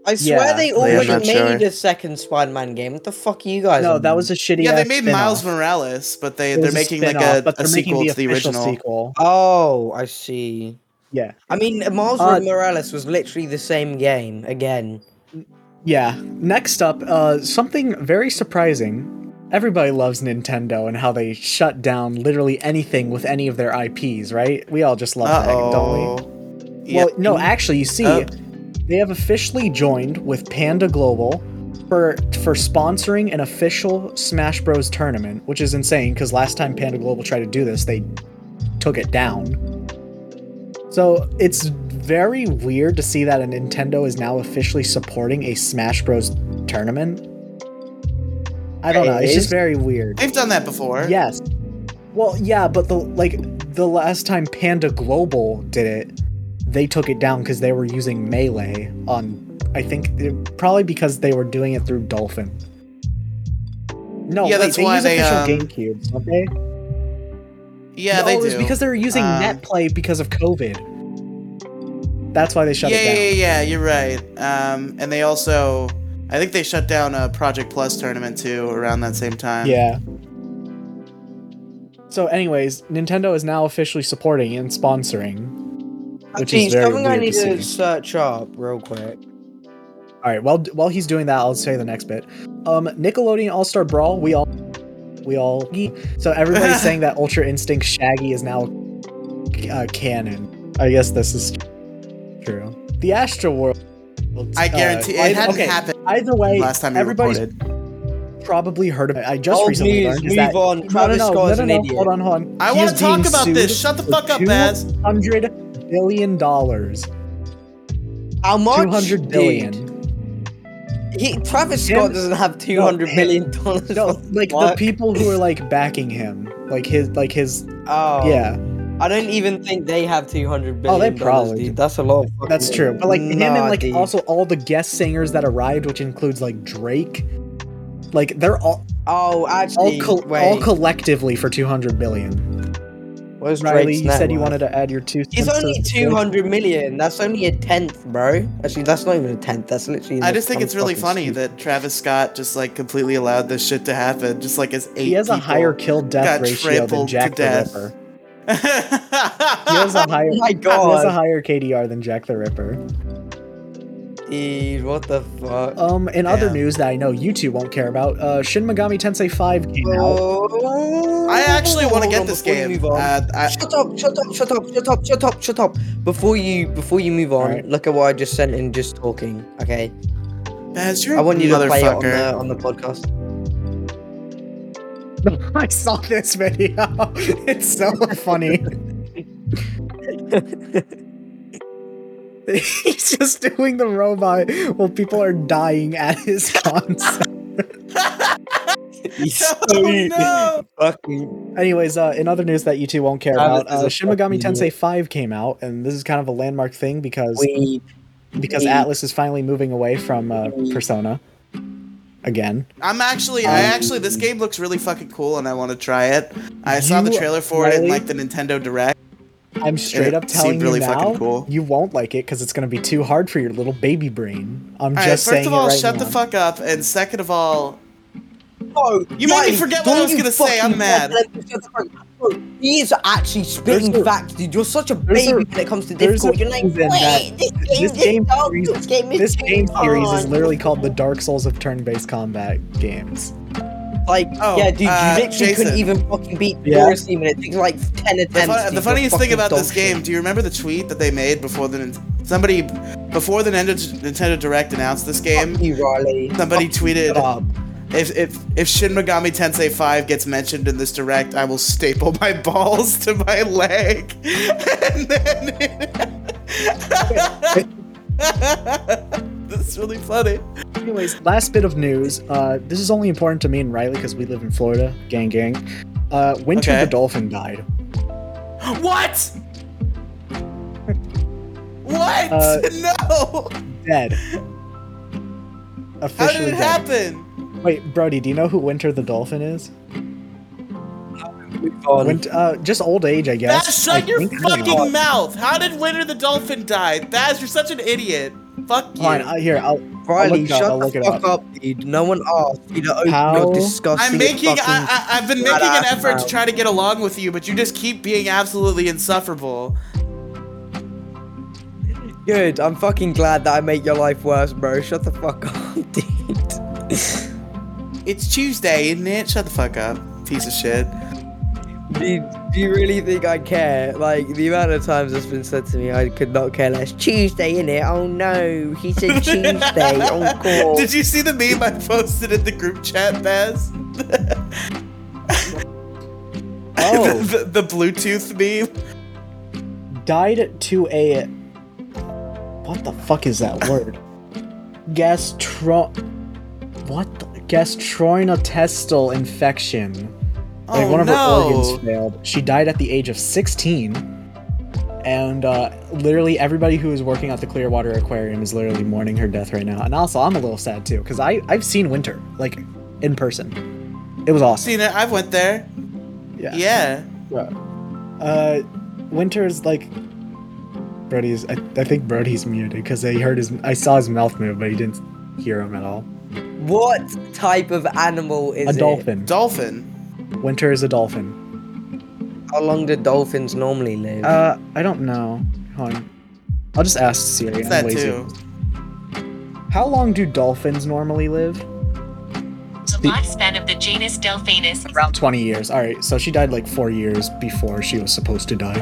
[SPEAKER 4] I swear
[SPEAKER 2] Yeah,
[SPEAKER 4] they
[SPEAKER 2] yeah,
[SPEAKER 4] always
[SPEAKER 3] I'm
[SPEAKER 4] made
[SPEAKER 3] sure.
[SPEAKER 4] a second Spider-Man game. What the fuck are you guys?
[SPEAKER 2] No,
[SPEAKER 4] on?
[SPEAKER 2] that was a shitty.
[SPEAKER 3] Yeah,
[SPEAKER 2] ass
[SPEAKER 3] they made
[SPEAKER 2] uh, spin-off.
[SPEAKER 3] Miles Morales, but they
[SPEAKER 2] It was
[SPEAKER 3] they're making like
[SPEAKER 2] spin-off,
[SPEAKER 3] a,
[SPEAKER 2] but
[SPEAKER 3] a
[SPEAKER 2] they're making
[SPEAKER 3] sequel to the
[SPEAKER 2] official
[SPEAKER 3] original.
[SPEAKER 2] Sequel.
[SPEAKER 4] Oh, I see.
[SPEAKER 2] Yeah.
[SPEAKER 4] I mean, Miles
[SPEAKER 2] Uh,
[SPEAKER 4] Morales was literally the same game again.
[SPEAKER 2] Yeah. Next up, uh, something very surprising. Everybody loves Nintendo and how they shut down literally anything with any of their IPs, right? We all just love
[SPEAKER 3] Uh
[SPEAKER 2] that, don't we?
[SPEAKER 3] oh. Yeah.
[SPEAKER 2] Well, no, actually, you see,
[SPEAKER 3] Oh.
[SPEAKER 2] they have officially joined with Panda Global for for sponsoring an official Smash Bros tournament, which is insane because last time Panda Global tried to do this, they took it down. So it's very weird to see that a Nintendo is now officially supporting a Smash Bros tournament. I don't
[SPEAKER 4] It
[SPEAKER 2] know. It's
[SPEAKER 4] is?
[SPEAKER 2] just very weird.
[SPEAKER 3] they've done that before.
[SPEAKER 2] Yes. Well, yeah, but the like the last time Panda Global did it, they took it down because they were using melee on. I think it, probably because they were doing it through Dolphin. No, wait,
[SPEAKER 3] Yeah, that's
[SPEAKER 2] they
[SPEAKER 3] why
[SPEAKER 2] use
[SPEAKER 3] they,
[SPEAKER 2] official
[SPEAKER 3] um,
[SPEAKER 2] GameCube, don't they?
[SPEAKER 3] Yeah,
[SPEAKER 2] no,
[SPEAKER 3] they
[SPEAKER 2] it
[SPEAKER 3] do.
[SPEAKER 2] was because they were using
[SPEAKER 3] Um,
[SPEAKER 2] NetPlay because of COVID. That's why they shut
[SPEAKER 3] yeah,
[SPEAKER 2] it down.
[SPEAKER 3] yeah, yeah, you're right. Um, and they also, I think they shut down a Project Plus tournament too around that same time.
[SPEAKER 2] Yeah. So, anyways, Nintendo is now officially supporting and sponsoring. Which is
[SPEAKER 4] Actually,
[SPEAKER 2] very
[SPEAKER 4] something I
[SPEAKER 2] weird
[SPEAKER 4] need
[SPEAKER 2] to see.
[SPEAKER 4] to, search up real quick.
[SPEAKER 2] All right. Well, while he's doing that, I'll say the next bit. Um, Nickelodeon All Star Brawl. We all, we all. So everybody's saying that Ultra Instinct Shaggy is now uh, canon. I guess this is true. The Astro World. uh,
[SPEAKER 3] I guarantee it
[SPEAKER 2] either-
[SPEAKER 3] hadn't
[SPEAKER 2] okay,
[SPEAKER 3] happened
[SPEAKER 2] Either way,
[SPEAKER 3] last time you
[SPEAKER 2] everybody's
[SPEAKER 3] reported.
[SPEAKER 2] probably heard of it. I just
[SPEAKER 4] Old
[SPEAKER 2] recently
[SPEAKER 4] news,
[SPEAKER 2] learned is
[SPEAKER 4] move
[SPEAKER 2] that.
[SPEAKER 4] on. Travis
[SPEAKER 2] no, no, no,
[SPEAKER 4] Scott's
[SPEAKER 2] no,
[SPEAKER 4] an
[SPEAKER 2] no,
[SPEAKER 4] idiot.
[SPEAKER 2] Hold on, hold on.
[SPEAKER 3] I
[SPEAKER 2] He
[SPEAKER 3] want
[SPEAKER 2] is
[SPEAKER 3] to talk
[SPEAKER 2] being
[SPEAKER 3] about
[SPEAKER 2] sued
[SPEAKER 3] this. Shut the
[SPEAKER 2] for
[SPEAKER 3] fuck up,
[SPEAKER 2] two
[SPEAKER 3] Baz.
[SPEAKER 2] Hundred billion dollars.
[SPEAKER 4] How much?
[SPEAKER 2] Two hundred
[SPEAKER 4] dude?
[SPEAKER 2] billion.
[SPEAKER 4] He, Travis Scott
[SPEAKER 2] Him-
[SPEAKER 4] doesn't have two hundred
[SPEAKER 2] him-
[SPEAKER 4] million dollars.
[SPEAKER 2] No, like the
[SPEAKER 4] Fuck.
[SPEAKER 2] people who are like backing him, like his, like his,
[SPEAKER 4] Oh,
[SPEAKER 2] yeah, Oh,
[SPEAKER 4] I don't even think they have two hundred billion.
[SPEAKER 2] probably
[SPEAKER 4] dollars, dude. That's a lot. Of fucking
[SPEAKER 2] that's true. But like him
[SPEAKER 4] Nah,
[SPEAKER 2] and like
[SPEAKER 4] dude.
[SPEAKER 2] also all the guest singers that arrived, which includes like Drake, like they're all
[SPEAKER 4] Oh,
[SPEAKER 2] all,
[SPEAKER 4] actually,
[SPEAKER 2] col-
[SPEAKER 4] wait.
[SPEAKER 2] all collectively for two hundred billion.
[SPEAKER 4] Where's
[SPEAKER 2] Riley,
[SPEAKER 4] Drake's
[SPEAKER 2] you
[SPEAKER 4] net
[SPEAKER 2] said you
[SPEAKER 4] worth?
[SPEAKER 2] wanted to add your two.
[SPEAKER 4] It's
[SPEAKER 2] cents to
[SPEAKER 4] only
[SPEAKER 2] this
[SPEAKER 4] two
[SPEAKER 2] episode.
[SPEAKER 4] hundred million. That's only a tenth, bro. Actually, that's not even a tenth. That's literally.
[SPEAKER 3] I
[SPEAKER 4] the
[SPEAKER 3] just think
[SPEAKER 4] one
[SPEAKER 3] it's really
[SPEAKER 4] fucking
[SPEAKER 3] funny
[SPEAKER 4] scoop.
[SPEAKER 3] that Travis Scott just like completely allowed this shit to happen. Just like his eight.
[SPEAKER 2] He has a
[SPEAKER 3] people.
[SPEAKER 2] higher kill death
[SPEAKER 3] got
[SPEAKER 2] ratio than
[SPEAKER 3] trampled to
[SPEAKER 2] Jack the
[SPEAKER 3] death.
[SPEAKER 2] Ripper. He has a higher.
[SPEAKER 4] Oh my
[SPEAKER 2] He has a
[SPEAKER 4] god,
[SPEAKER 2] higher KDR than Jack the Ripper.
[SPEAKER 4] dude! What the fuck?
[SPEAKER 2] Um, in other
[SPEAKER 3] Yeah.
[SPEAKER 2] news that I know you two won't care about, uh, Shin Megami Tensei 5 came out.
[SPEAKER 4] Oh.
[SPEAKER 3] I actually want to
[SPEAKER 4] Hold
[SPEAKER 3] get
[SPEAKER 4] on,
[SPEAKER 3] this
[SPEAKER 4] before you
[SPEAKER 3] game.
[SPEAKER 4] move on.
[SPEAKER 3] Uh, I,
[SPEAKER 4] shut up! Shut up! Shut up! Shut up! Shut up! Shut up! Before you, before you move on,
[SPEAKER 2] Alright.
[SPEAKER 4] look at what I just sent in. Just talking, okay?
[SPEAKER 3] Baz, you're
[SPEAKER 4] I want you
[SPEAKER 3] a
[SPEAKER 4] to play it on
[SPEAKER 3] motherfucker.
[SPEAKER 4] the on the podcast.
[SPEAKER 2] I saw this video. It's so funny. He's just doing the robot while people are dying at his concert.
[SPEAKER 4] He's
[SPEAKER 3] Oh, no.
[SPEAKER 4] fucking.
[SPEAKER 2] Anyways, uh, in other news that you two won't care
[SPEAKER 4] Travis
[SPEAKER 2] about,
[SPEAKER 4] is
[SPEAKER 2] uh,
[SPEAKER 4] a
[SPEAKER 2] Shin Megami
[SPEAKER 4] fucking
[SPEAKER 2] Tensei 5 came out, and this is kind of a landmark thing because
[SPEAKER 4] We
[SPEAKER 2] because
[SPEAKER 4] we-
[SPEAKER 2] Atlas is finally moving away from uh,
[SPEAKER 4] we-
[SPEAKER 2] Persona again.
[SPEAKER 3] I'm actually,
[SPEAKER 2] Um,
[SPEAKER 3] I actually, this game looks really fucking cool, and I want to try it. I saw the
[SPEAKER 2] You-
[SPEAKER 3] trailer for it in
[SPEAKER 2] Riley?
[SPEAKER 3] like the Nintendo Direct.
[SPEAKER 2] I'm straight
[SPEAKER 3] it
[SPEAKER 2] up
[SPEAKER 3] seemed
[SPEAKER 2] telling
[SPEAKER 3] really
[SPEAKER 2] you now,
[SPEAKER 3] fucking cool.
[SPEAKER 2] you won't like it because it's going to be too hard for your little baby brain. I'm
[SPEAKER 3] All right,
[SPEAKER 2] just
[SPEAKER 3] first
[SPEAKER 2] saying
[SPEAKER 3] of
[SPEAKER 2] it
[SPEAKER 3] all,
[SPEAKER 2] right
[SPEAKER 3] shut
[SPEAKER 2] now.
[SPEAKER 3] the fuck up, and second of all,
[SPEAKER 4] No,
[SPEAKER 3] You made me
[SPEAKER 4] Riley,
[SPEAKER 3] forget what I
[SPEAKER 4] don't
[SPEAKER 3] was
[SPEAKER 4] Oh, you
[SPEAKER 3] gonna say, I'm
[SPEAKER 4] fucking dare
[SPEAKER 3] mad.
[SPEAKER 4] tell him to shut the fuck up. Bro, He is actually spitting
[SPEAKER 2] There's a-
[SPEAKER 4] facts, dude. You're such a
[SPEAKER 2] there's
[SPEAKER 4] baby
[SPEAKER 2] a-
[SPEAKER 4] when it comes to
[SPEAKER 2] there's a
[SPEAKER 4] difficult. You're like,
[SPEAKER 2] reason that
[SPEAKER 4] wait, this game,
[SPEAKER 2] this game
[SPEAKER 4] this game, dark,
[SPEAKER 2] series-
[SPEAKER 4] this game is
[SPEAKER 2] This game
[SPEAKER 4] too
[SPEAKER 2] series is
[SPEAKER 4] hard.
[SPEAKER 2] literally called the Dark Souls of turn-based combat games.
[SPEAKER 4] like,
[SPEAKER 3] Oh,
[SPEAKER 4] yeah, dude. You
[SPEAKER 3] uh,
[SPEAKER 4] literally
[SPEAKER 3] Jason.
[SPEAKER 4] couldn't even fucking beat
[SPEAKER 2] Yeah.
[SPEAKER 4] Boris Team, and it takes like ten attempts.
[SPEAKER 3] the, fu-
[SPEAKER 4] dude.
[SPEAKER 3] the
[SPEAKER 4] You're
[SPEAKER 3] funniest thing
[SPEAKER 4] fucking
[SPEAKER 3] about
[SPEAKER 4] dog
[SPEAKER 3] this
[SPEAKER 4] shit.
[SPEAKER 3] game. Do you remember the tweet that they made before the Nin- somebody before the Nintendo Nintendo Direct announced this game?
[SPEAKER 4] Fuck you, Riley.
[SPEAKER 3] Somebody
[SPEAKER 4] Fuck you,
[SPEAKER 2] Uh,
[SPEAKER 3] tweeted,
[SPEAKER 4] shut up.
[SPEAKER 3] If if if Shin Megami Tensei 5 gets mentioned in this direct, I will staple my balls to my leg. and then That's really funny.
[SPEAKER 2] Anyways, last bit of news. Uh, this is only important to me and Riley because we live in Florida. Gang, gang. Uh, Winter
[SPEAKER 3] Okay.
[SPEAKER 2] the dolphin died.
[SPEAKER 3] What? What?
[SPEAKER 2] Uh,
[SPEAKER 3] no.
[SPEAKER 2] Dead.
[SPEAKER 3] How did
[SPEAKER 2] Officially
[SPEAKER 3] it
[SPEAKER 2] dead.
[SPEAKER 3] happen?
[SPEAKER 2] Wait, Brody, do you know who Winter the dolphin is? Winter, uh, just old age, I
[SPEAKER 3] That
[SPEAKER 2] guess. I
[SPEAKER 3] shut your
[SPEAKER 2] think- I don't know.
[SPEAKER 3] fucking mouth. How did Winter the Dolphin die? Baz, you're such an idiot. Fuck you.
[SPEAKER 2] Fine, uh, here. I'll,
[SPEAKER 3] Oh
[SPEAKER 4] Riley,
[SPEAKER 2] look it up, I'll
[SPEAKER 4] shut the
[SPEAKER 2] look it
[SPEAKER 4] fuck
[SPEAKER 2] up.
[SPEAKER 4] up. dude. No one asked you to open
[SPEAKER 2] How-
[SPEAKER 4] your disgusting.
[SPEAKER 3] I'm making. I,
[SPEAKER 4] fucking-
[SPEAKER 3] I, I've been making an
[SPEAKER 4] fat-ass
[SPEAKER 3] effort to
[SPEAKER 4] mouth.
[SPEAKER 3] try to get along with you, but you just keep being absolutely insufferable.
[SPEAKER 4] Good. I'm fucking glad that I make your life worse, bro. Shut the fuck up, dude.
[SPEAKER 3] It's Tuesday, isn't it? Shut the fuck up, piece of shit.
[SPEAKER 4] Dude, do you really think I care? Like the amount of times that's been said to me, I could not care less. Tuesday in it. Oh no, he said Tuesday. oh god.
[SPEAKER 3] Did you see the meme I posted in the group chat, Baz?
[SPEAKER 2] Oh.
[SPEAKER 3] the, the, the Bluetooth meme.
[SPEAKER 2] died to a what the fuck is that word gastro what the... gastrointestinal infection like
[SPEAKER 3] oh,
[SPEAKER 2] one of
[SPEAKER 3] no.
[SPEAKER 2] her organs failed she died at the age of 16 and uh, literally everybody who is working at the clearwater aquarium is literally mourning her death right now and also i'm a little sad too because i've seen winter like in person it was awesome
[SPEAKER 3] Seen it. I've went there.
[SPEAKER 2] yeah
[SPEAKER 3] Yeah.
[SPEAKER 2] Uh, Winter's like Brody's. I, I think Brody's muted because I heard his. I saw his mouth move, but he didn't hear him at all.
[SPEAKER 4] What type of animal is
[SPEAKER 2] a
[SPEAKER 4] it?
[SPEAKER 2] dolphin.
[SPEAKER 3] Dolphin.
[SPEAKER 2] Winter is a dolphin.
[SPEAKER 4] How long do dolphins normally live?
[SPEAKER 2] Uh, I don't know. Hold on. I'll just ask Siri.
[SPEAKER 3] It's
[SPEAKER 2] I'm
[SPEAKER 3] that
[SPEAKER 2] lazy.
[SPEAKER 3] too.
[SPEAKER 2] How long do dolphins normally live?
[SPEAKER 5] The lifespan of the genus Delphinus is
[SPEAKER 2] Around 20 years. All right, so she died like four years before she was supposed to die.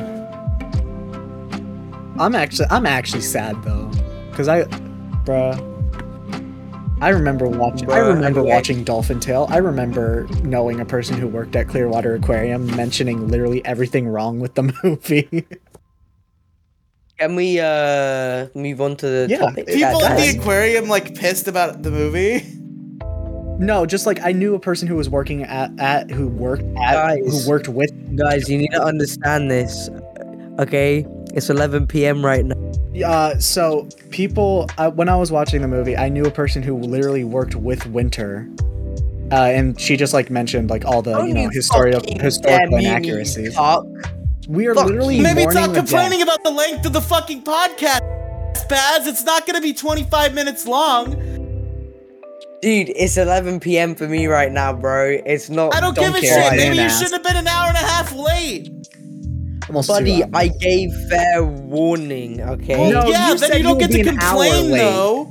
[SPEAKER 2] I'm actually, I'm actually sad though, cause I, bruh. I remember watching. I
[SPEAKER 4] Bruh,
[SPEAKER 2] remember
[SPEAKER 4] anyway.
[SPEAKER 2] watching Dolphin Tale. I remember knowing a person who worked at Clearwater Aquarium mentioning literally everything wrong with the movie.
[SPEAKER 4] Can we uh move on to the
[SPEAKER 2] Yeah,
[SPEAKER 4] topic?
[SPEAKER 3] People
[SPEAKER 4] that
[SPEAKER 3] at the
[SPEAKER 4] matters?
[SPEAKER 3] aquarium like pissed about the movie.
[SPEAKER 2] no, just like I knew a person who was working at at who worked at
[SPEAKER 4] Guys.
[SPEAKER 2] who worked with.
[SPEAKER 4] guys, you need to understand this. Okay, it's 11 p.m. right now.
[SPEAKER 2] Uh, so people, uh, when I was watching the movie, I knew a person who literally worked with Winter, uh, and she just like mentioned like all
[SPEAKER 4] Oh,
[SPEAKER 2] the you know historical historical inaccuracies. We are literally
[SPEAKER 3] Maybe
[SPEAKER 2] mourning
[SPEAKER 3] stop
[SPEAKER 2] the
[SPEAKER 3] complaining
[SPEAKER 2] death.
[SPEAKER 3] about the length of the fucking podcast, Baz. It's not gonna be 25 minutes long.
[SPEAKER 4] Dude, it's 11 p.m. for me right now, bro. It's not.
[SPEAKER 3] I don't, give a
[SPEAKER 4] care.
[SPEAKER 2] care.
[SPEAKER 3] shit. Maybe
[SPEAKER 2] Yeah,
[SPEAKER 3] you
[SPEAKER 2] nah.
[SPEAKER 3] shouldn't have been an hour and a half late.
[SPEAKER 2] Almost two
[SPEAKER 4] Buddy,
[SPEAKER 2] hours.
[SPEAKER 4] I gave fair warning, okay?
[SPEAKER 2] um, No,
[SPEAKER 3] yeah,
[SPEAKER 2] you
[SPEAKER 3] then
[SPEAKER 2] said
[SPEAKER 3] you don't
[SPEAKER 2] you'll
[SPEAKER 3] get
[SPEAKER 2] be
[SPEAKER 3] to
[SPEAKER 2] an hour
[SPEAKER 3] complain
[SPEAKER 2] late.
[SPEAKER 3] though.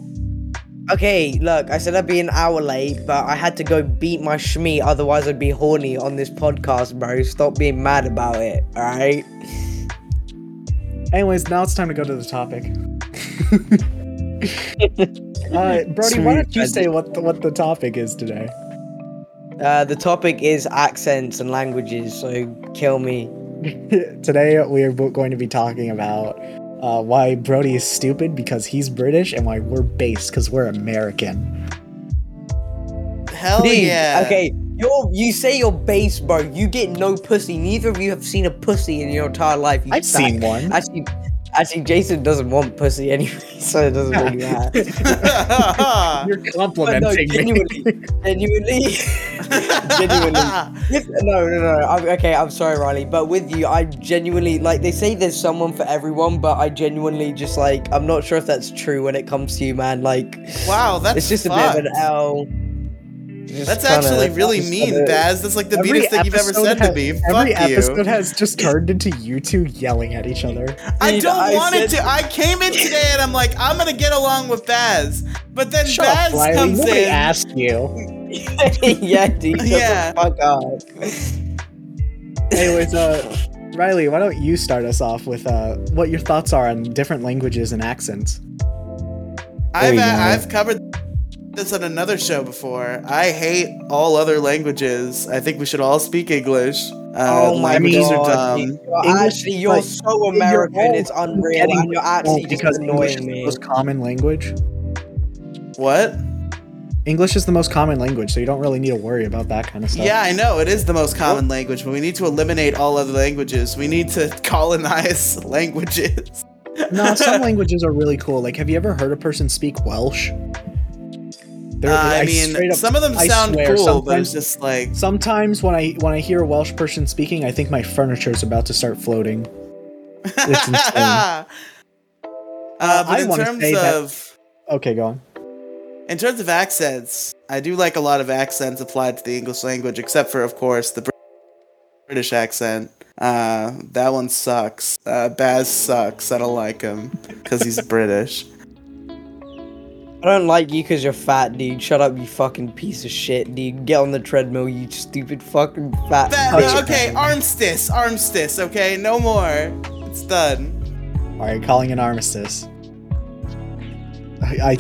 [SPEAKER 4] Okay, look, I said I'd be an hour late, but I had to go beat my shmee, otherwise I'd be horny on this podcast, bro. Stop being mad about it, alright?
[SPEAKER 2] Anyways, now it's time to go to the topic. uh, Brody, why don't you
[SPEAKER 4] Sweet.
[SPEAKER 2] say what the, what the topic is today?
[SPEAKER 4] Uh, the topic is accents and languages, so kill me.
[SPEAKER 2] today we are bo- going to be talking about uh, why Brody is stupid because he's British and why we're based because we're American. Oh,
[SPEAKER 3] Hell
[SPEAKER 4] Dude,
[SPEAKER 3] yeah.
[SPEAKER 4] Okay, you're, you say you're base, bro. You get no pussy. Neither of you have seen a pussy in your entire life. You
[SPEAKER 2] I've
[SPEAKER 4] suck.
[SPEAKER 2] seen one.
[SPEAKER 4] Actually, actually, Jason doesn't want pussy anyway, so it doesn't really matter.
[SPEAKER 2] You're
[SPEAKER 4] But no,
[SPEAKER 2] complimenting me.
[SPEAKER 4] genuinely, genuinely, genuinely. If- no, no, no. I'm, okay, I'm sorry, Riley, but with you, I genuinely like. They say there's someone for everyone, but I genuinely just like. I'm not sure if that's true when it comes to you, man. Like,
[SPEAKER 3] wow, that's
[SPEAKER 4] it's just a bit of an
[SPEAKER 3] fucked.
[SPEAKER 4] L. Just
[SPEAKER 3] That's
[SPEAKER 4] kinda-
[SPEAKER 3] actually really
[SPEAKER 4] just
[SPEAKER 3] mean,
[SPEAKER 4] kinda-
[SPEAKER 3] Baz. That's like the
[SPEAKER 2] Every
[SPEAKER 3] meanest thing you've ever
[SPEAKER 2] episode
[SPEAKER 3] said to
[SPEAKER 2] has-
[SPEAKER 3] me.
[SPEAKER 2] Every
[SPEAKER 3] Fuck you.
[SPEAKER 2] episode has just turned into you two yelling at each other.
[SPEAKER 3] I
[SPEAKER 4] Dude,
[SPEAKER 3] don't
[SPEAKER 4] I
[SPEAKER 3] want it
[SPEAKER 4] said-
[SPEAKER 3] to. I came in today and I'm like, I'm gonna get along with Baz, but then
[SPEAKER 2] Shut
[SPEAKER 3] Baz
[SPEAKER 2] up, Riley.
[SPEAKER 3] comes
[SPEAKER 2] Nobody
[SPEAKER 3] in.
[SPEAKER 2] asked you.
[SPEAKER 4] yeah, dude. shut the
[SPEAKER 3] Yeah. Oh
[SPEAKER 4] Fuck up.
[SPEAKER 2] Anyways, uh, Riley, why don't you start us off with uh, what your thoughts are on different languages and accents?
[SPEAKER 3] I've
[SPEAKER 4] you
[SPEAKER 3] a-
[SPEAKER 4] go.
[SPEAKER 3] I've covered this on another show before. I hate all other languages. I think we should all speak English. Uh,
[SPEAKER 4] oh my
[SPEAKER 3] languages
[SPEAKER 4] god!
[SPEAKER 3] are dumb.
[SPEAKER 4] You're
[SPEAKER 2] English,
[SPEAKER 4] actually, you're
[SPEAKER 2] like,
[SPEAKER 4] so
[SPEAKER 2] you're
[SPEAKER 4] American.
[SPEAKER 2] all
[SPEAKER 4] It's unreal,
[SPEAKER 2] getting
[SPEAKER 4] and you're actually
[SPEAKER 2] Oh,
[SPEAKER 4] just
[SPEAKER 2] because English
[SPEAKER 4] annoying
[SPEAKER 2] is the
[SPEAKER 4] me.
[SPEAKER 2] most common language.
[SPEAKER 3] What?
[SPEAKER 2] English is the most common language, so you don't really need to worry about that kind of stuff.
[SPEAKER 3] Yeah, I know it is the most common language, but we need to eliminate all other languages. We need to colonize languages.
[SPEAKER 2] no, some languages are really cool. Like, have you ever heard a person speak Welsh? They're-
[SPEAKER 3] Uh, I
[SPEAKER 2] straight
[SPEAKER 3] mean,
[SPEAKER 2] up-
[SPEAKER 3] some of them
[SPEAKER 2] I
[SPEAKER 3] sound
[SPEAKER 2] swear,
[SPEAKER 3] cool, but it's
[SPEAKER 2] sometimes-
[SPEAKER 3] just like
[SPEAKER 2] Sometimes when I when I hear a Welsh person speaking, I think my furniture's about to start floating. It's insane.
[SPEAKER 3] uh, but
[SPEAKER 2] I
[SPEAKER 3] in
[SPEAKER 2] wanna
[SPEAKER 3] terms
[SPEAKER 2] say that-
[SPEAKER 3] of
[SPEAKER 2] Okay, go on.
[SPEAKER 3] in terms of accents, I do like a lot of accents applied to the English language, except for of course the Br- British accent. Uh, that one sucks. Uh, Baz sucks. I don't like him because he's British.
[SPEAKER 4] I don't like you because you're fat, dude. Shut up, you fucking piece of shit, dude. Get on the treadmill, you stupid fucking fat.
[SPEAKER 3] That-
[SPEAKER 4] bitch.
[SPEAKER 3] okay, armstice, armstice. Okay, no more. It's done.
[SPEAKER 2] All right, calling an armistice. I, I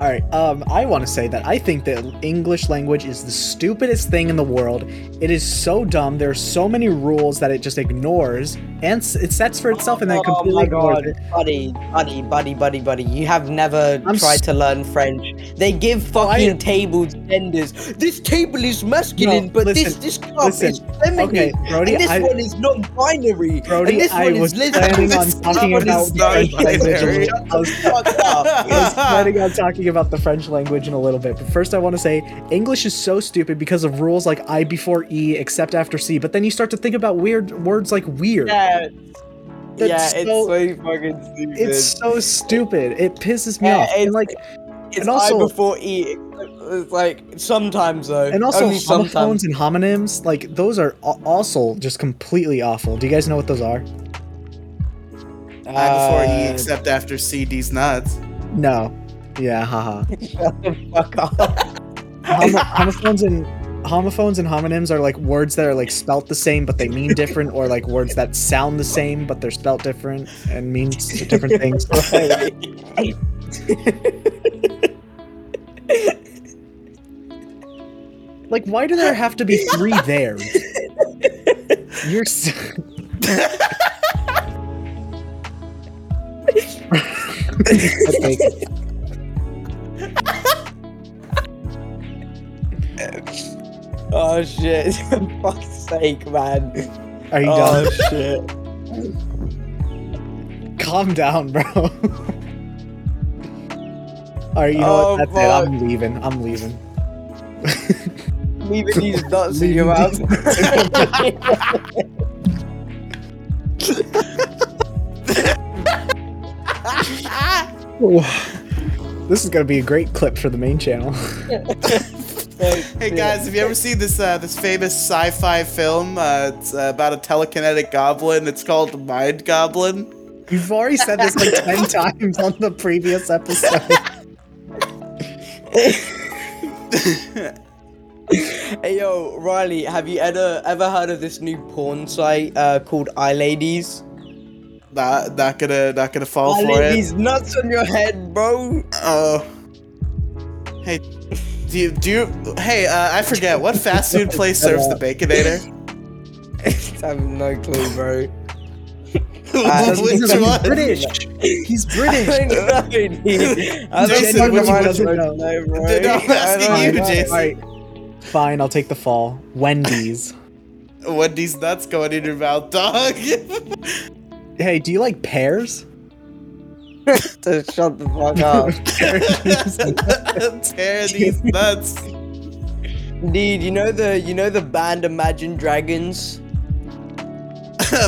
[SPEAKER 2] all right. Um, I want to say that I think that English language is the stupidest thing in the world. It is so dumb. There are so many rules that it just ignores, and s- it sets for itself, and then
[SPEAKER 4] Oh
[SPEAKER 2] completely
[SPEAKER 4] my
[SPEAKER 2] ignores
[SPEAKER 4] god,
[SPEAKER 2] it.
[SPEAKER 4] buddy, buddy, buddy, buddy, buddy. You have never
[SPEAKER 2] I'm
[SPEAKER 4] tried
[SPEAKER 2] s-
[SPEAKER 4] to learn French. They give fucking tables genders. This table is masculine,
[SPEAKER 2] No,
[SPEAKER 4] but this
[SPEAKER 2] listen,
[SPEAKER 4] this cup
[SPEAKER 2] listen.
[SPEAKER 4] is feminine.
[SPEAKER 2] Okay, Brody,
[SPEAKER 4] and this
[SPEAKER 2] I-
[SPEAKER 4] one is not binary.
[SPEAKER 2] Brody,
[SPEAKER 4] and this
[SPEAKER 2] I
[SPEAKER 4] one
[SPEAKER 2] was
[SPEAKER 4] is lesbian.
[SPEAKER 2] planning on
[SPEAKER 4] This
[SPEAKER 2] talking
[SPEAKER 4] one is
[SPEAKER 2] about
[SPEAKER 4] gay.
[SPEAKER 2] French language. I was,
[SPEAKER 4] Fuck up.
[SPEAKER 2] I was planning on talking about the French language in a little bit, but first I want to say English is so stupid because of rules like I before E, except after C. But then you start to think about weird words like weird.
[SPEAKER 4] Yeah,
[SPEAKER 2] That's
[SPEAKER 4] yeah,
[SPEAKER 2] so-
[SPEAKER 4] it's so fucking stupid.
[SPEAKER 2] It's so stupid. It pisses me
[SPEAKER 4] Yeah,
[SPEAKER 2] off. And
[SPEAKER 4] it's-
[SPEAKER 2] like,
[SPEAKER 4] It's
[SPEAKER 2] and also-
[SPEAKER 4] I before E. It's like sometimes though.
[SPEAKER 2] and also
[SPEAKER 4] only sometimes.
[SPEAKER 2] homophones and homonyms, like those are a- also just completely awful. Do you guys know what those are?
[SPEAKER 3] I before
[SPEAKER 4] Uh,
[SPEAKER 3] E, except after C, D's nuts.
[SPEAKER 2] No. Yeah, haha.
[SPEAKER 4] Shut the fuck up.
[SPEAKER 2] Homo- homophones and homophones and homonyms are like words that are like spelt the same but they mean different, or like words that sound the same but they're spelt different and mean s- different things. E.
[SPEAKER 4] Uh,
[SPEAKER 2] like, why do there have to be three there? You're. s Okay.
[SPEAKER 4] Oh shit! For fuck's sake, man.
[SPEAKER 2] Are you
[SPEAKER 4] Oh
[SPEAKER 2] done?
[SPEAKER 4] shit!
[SPEAKER 2] Calm down, bro. All right, you know
[SPEAKER 4] Oh,
[SPEAKER 2] what? That's it.
[SPEAKER 4] fuck.
[SPEAKER 2] I'm leaving. I'm leaving.
[SPEAKER 4] Leaving these nuts in your
[SPEAKER 2] Leaving
[SPEAKER 4] mouth.
[SPEAKER 2] This is gonna be a great clip for the main channel.
[SPEAKER 3] Hey guys, have you ever seen this uh, this famous sci-fi film? Uh, it's uh, about a telekinetic goblin. It's called Mind Goblin.
[SPEAKER 2] You've already said this like ten times on the previous episode.
[SPEAKER 4] Hey yo, Riley, have you ever ever heard of this new porn site uh, called iLadies?
[SPEAKER 3] Not not gonna not gonna fall for it.
[SPEAKER 4] iLadies nuts on your head, bro.
[SPEAKER 3] Oh. Hey, do you do you? Hey, uh, I forget what fast food place serves the Baconator.
[SPEAKER 4] I have no clue, bro.
[SPEAKER 2] Uh,
[SPEAKER 3] Which
[SPEAKER 2] He's
[SPEAKER 3] one?
[SPEAKER 2] British. He's British.
[SPEAKER 4] I don't know, dude. I
[SPEAKER 3] Jason,
[SPEAKER 4] don't
[SPEAKER 3] which one
[SPEAKER 2] doesn't know?
[SPEAKER 4] know, bro.
[SPEAKER 3] Dude, I'm asking
[SPEAKER 4] I
[SPEAKER 3] you,
[SPEAKER 4] don't know.
[SPEAKER 3] Jason.
[SPEAKER 2] Alright, Fine, I'll take the fall. Wendy's.
[SPEAKER 3] When these nuts going in your mouth, dog.
[SPEAKER 2] Hey, do you like pears?
[SPEAKER 4] Just Shut the fuck
[SPEAKER 3] Oh,
[SPEAKER 4] up.
[SPEAKER 3] Tear these nuts.
[SPEAKER 4] Dude, you know the you know the band Imagine Dragons?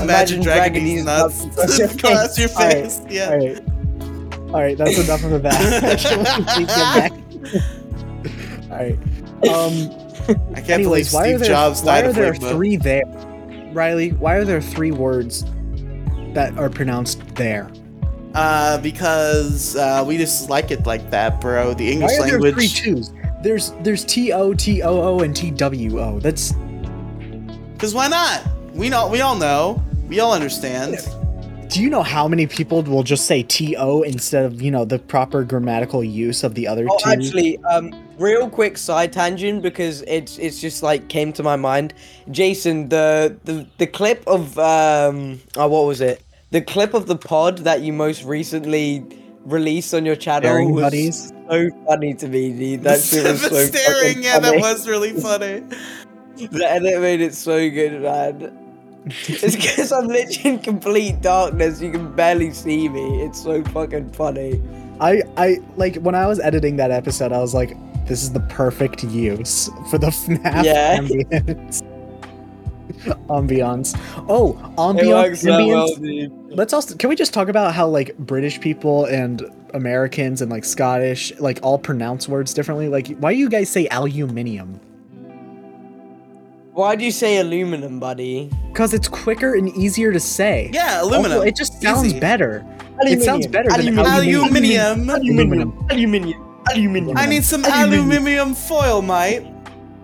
[SPEAKER 3] Imagine, dragging these nuts across your
[SPEAKER 2] Alright,
[SPEAKER 3] face. Yeah.
[SPEAKER 2] Alright. Alright, that's enough of that. Alright. Um
[SPEAKER 3] I can't
[SPEAKER 2] anyways, why
[SPEAKER 3] believe
[SPEAKER 2] are
[SPEAKER 3] Steve
[SPEAKER 2] there,
[SPEAKER 3] Jobs
[SPEAKER 2] why
[SPEAKER 3] died
[SPEAKER 2] are
[SPEAKER 3] of
[SPEAKER 2] there
[SPEAKER 3] Ligma.
[SPEAKER 2] three there? Riley, why are there three words that are pronounced there?
[SPEAKER 3] Uh, because uh, we just like it like that, bro. The
[SPEAKER 2] Why
[SPEAKER 3] English
[SPEAKER 2] are there three
[SPEAKER 3] language.
[SPEAKER 2] twos? There's there's T O T O O and T W O. That's
[SPEAKER 3] Because why not? We know. We all know. We all understand.
[SPEAKER 2] do you know how many people will just say to instead of you know the proper grammatical use of the other
[SPEAKER 4] Oh,
[SPEAKER 2] two?
[SPEAKER 4] actually, um, real quick side tangent because it's it's just like came to my mind. Jason, the the, the clip of um, oh, what was it? The clip of the pod that you most recently released on your channel
[SPEAKER 2] Staring
[SPEAKER 4] was
[SPEAKER 2] buddies.
[SPEAKER 4] so funny to me, dude. That shit was
[SPEAKER 3] the
[SPEAKER 4] so
[SPEAKER 3] staring,
[SPEAKER 4] fucking
[SPEAKER 3] yeah, that
[SPEAKER 4] funny.
[SPEAKER 3] was really funny.
[SPEAKER 4] The edit made it so good, man. it's because I'm literally in complete darkness. You can barely see me. It's so fucking funny.
[SPEAKER 2] I I like when I was editing that episode, I was like, this is the perfect use for the FNAF
[SPEAKER 4] Yeah.
[SPEAKER 2] ambience. ambiance. Oh,
[SPEAKER 4] It
[SPEAKER 2] ambiance.
[SPEAKER 4] works so
[SPEAKER 2] ambience.
[SPEAKER 4] well, dude.
[SPEAKER 2] Let's also can we just talk about how like British people and Americans and like Scottish like all pronounce words differently? Like why do you guys say aluminium?
[SPEAKER 4] Why do you say aluminum, buddy?
[SPEAKER 2] Because it's quicker and easier to say.
[SPEAKER 3] Yeah,
[SPEAKER 2] Also,
[SPEAKER 3] aluminum.
[SPEAKER 2] it just sounds
[SPEAKER 3] Easy.
[SPEAKER 2] better. It sounds better than aluminium.
[SPEAKER 3] Aluminium.
[SPEAKER 2] Aluminium.
[SPEAKER 4] Aluminium. Aluminium.
[SPEAKER 3] I need some aluminium foil, mate.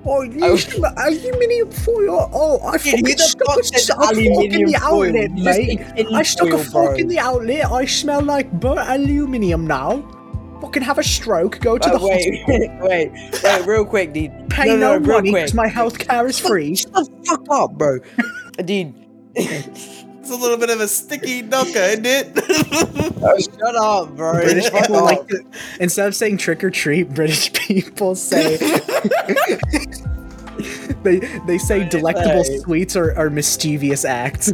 [SPEAKER 2] Oh,
[SPEAKER 4] Oh.
[SPEAKER 2] you should aluminium foil. Oh, I
[SPEAKER 4] Dude, who
[SPEAKER 2] fucking
[SPEAKER 4] the
[SPEAKER 2] stuck
[SPEAKER 4] fuck
[SPEAKER 2] a
[SPEAKER 4] said
[SPEAKER 2] stuck a fork in
[SPEAKER 4] aluminium
[SPEAKER 2] the
[SPEAKER 4] foil?
[SPEAKER 2] outlet,
[SPEAKER 4] You just
[SPEAKER 2] mate.
[SPEAKER 4] said tin
[SPEAKER 2] I stuck a
[SPEAKER 4] foil,
[SPEAKER 2] fork in
[SPEAKER 4] bro.
[SPEAKER 2] the outlet. I smell like burnt aluminium now. Fucking have a stroke. Go to
[SPEAKER 4] Uh,
[SPEAKER 2] the
[SPEAKER 4] wait,
[SPEAKER 2] hospital.
[SPEAKER 4] wait, wait, wait, real quick, dude.
[SPEAKER 2] Pay
[SPEAKER 4] no, no,
[SPEAKER 2] no,
[SPEAKER 4] real
[SPEAKER 2] money
[SPEAKER 4] quick.
[SPEAKER 2] because my health care is free.
[SPEAKER 4] Shut the fuck up, bro. dude,
[SPEAKER 3] It's a little bit of a sticky nuka, isn't it?
[SPEAKER 4] shut up, bro.
[SPEAKER 2] British
[SPEAKER 4] Fuck
[SPEAKER 2] people
[SPEAKER 4] off.
[SPEAKER 2] like to, instead of saying trick or treat, British people say they they say
[SPEAKER 4] What do they
[SPEAKER 2] delectable
[SPEAKER 4] say?
[SPEAKER 2] sweets are, are mischievous acts.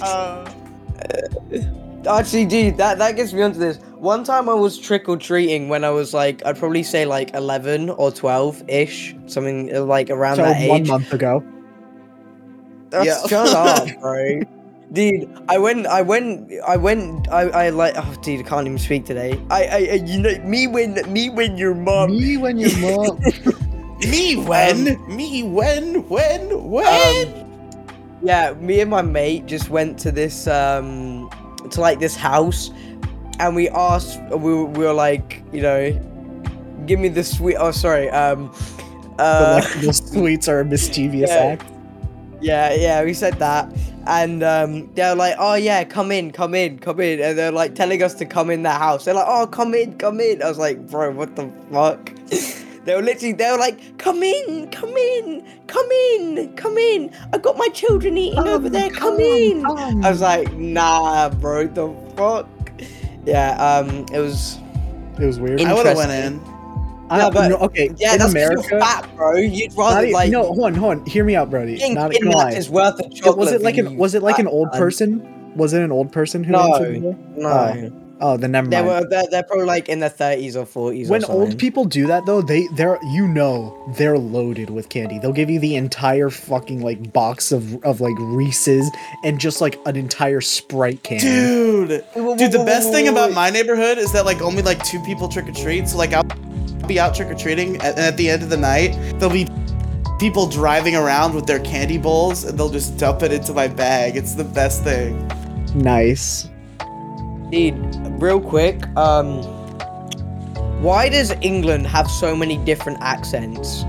[SPEAKER 3] Uh,
[SPEAKER 4] Actually, dude, that, that gets me onto this. One time I was trick or treating when I was like, I'd probably say like 11 or 12 ish, something uh, like around
[SPEAKER 2] So
[SPEAKER 4] that
[SPEAKER 2] one
[SPEAKER 4] age.
[SPEAKER 2] month ago,
[SPEAKER 4] That's-
[SPEAKER 3] Yeah.
[SPEAKER 4] Shut up, bro. Dude, I went, I went, I went, I, I like, oh, dude, I can't even speak today. I, I, I- you know, me when, me when your mom,
[SPEAKER 2] me when your mom.
[SPEAKER 3] me when? me when? When? When?
[SPEAKER 4] um, yeah, me and my mate just went to this, um, to like this house, and we asked, we, were- we were like, you know, give me the sweet. Oh, sorry. Um, uh,
[SPEAKER 2] delectable sweets are a mischievous
[SPEAKER 4] Yeah.
[SPEAKER 2] act.
[SPEAKER 4] yeah, yeah, we said that, and um, they were like, oh yeah, come in, come in, come in, and they're like telling us to come in that house. They're like, oh, come in, come in. I was like, bro, what the fuck. They were literally, they were like, come in, come in, come in, come in. I got my children eating
[SPEAKER 2] Oh
[SPEAKER 4] over there, come, in. I was like, nah, bro, the fuck. Yeah, um, it was.
[SPEAKER 2] It was weird.
[SPEAKER 4] In-
[SPEAKER 3] I would have went in.
[SPEAKER 4] interesting.
[SPEAKER 2] I,
[SPEAKER 4] no, but-
[SPEAKER 2] no, okay,
[SPEAKER 4] Yeah,
[SPEAKER 2] in
[SPEAKER 4] that's 'cause
[SPEAKER 2] America.
[SPEAKER 4] you're fat, bro. You'd
[SPEAKER 2] not
[SPEAKER 4] rather
[SPEAKER 2] e-
[SPEAKER 4] like
[SPEAKER 2] no, hold on, hold on. Hear me out, Brody.
[SPEAKER 4] getting
[SPEAKER 2] Not gonna
[SPEAKER 4] kidnapped
[SPEAKER 2] lie.
[SPEAKER 4] is worth of
[SPEAKER 2] It-
[SPEAKER 4] chocolate.
[SPEAKER 2] was it like
[SPEAKER 4] than
[SPEAKER 2] an
[SPEAKER 4] you
[SPEAKER 2] was it like an
[SPEAKER 4] fat
[SPEAKER 2] old
[SPEAKER 4] man.
[SPEAKER 2] person? Was it an old person who
[SPEAKER 4] No.
[SPEAKER 2] answered? the door?
[SPEAKER 4] No.
[SPEAKER 2] Oh, then never
[SPEAKER 4] They
[SPEAKER 2] mind.
[SPEAKER 4] were they're, they're probably like in their thirties or forties.
[SPEAKER 2] when
[SPEAKER 4] or
[SPEAKER 2] old
[SPEAKER 4] something.
[SPEAKER 2] people do that though, they they're you know they're loaded with candy. They'll give you the entire fucking like box of of like Reese's and just like an entire Sprite can.
[SPEAKER 3] Dude.
[SPEAKER 4] Whoa, whoa,
[SPEAKER 3] Dude, the
[SPEAKER 4] whoa,
[SPEAKER 3] best
[SPEAKER 4] whoa,
[SPEAKER 3] thing
[SPEAKER 4] whoa,
[SPEAKER 3] about
[SPEAKER 4] whoa.
[SPEAKER 3] my neighborhood is that like only like two people trick or treat. So like I'll be out trick or treating, and at the end of the night there'll be people driving around with their candy bowls, and they'll just dump it into my bag. It's the best thing.
[SPEAKER 2] Nice.
[SPEAKER 4] dude, real quick, um, why does England have so many different accents?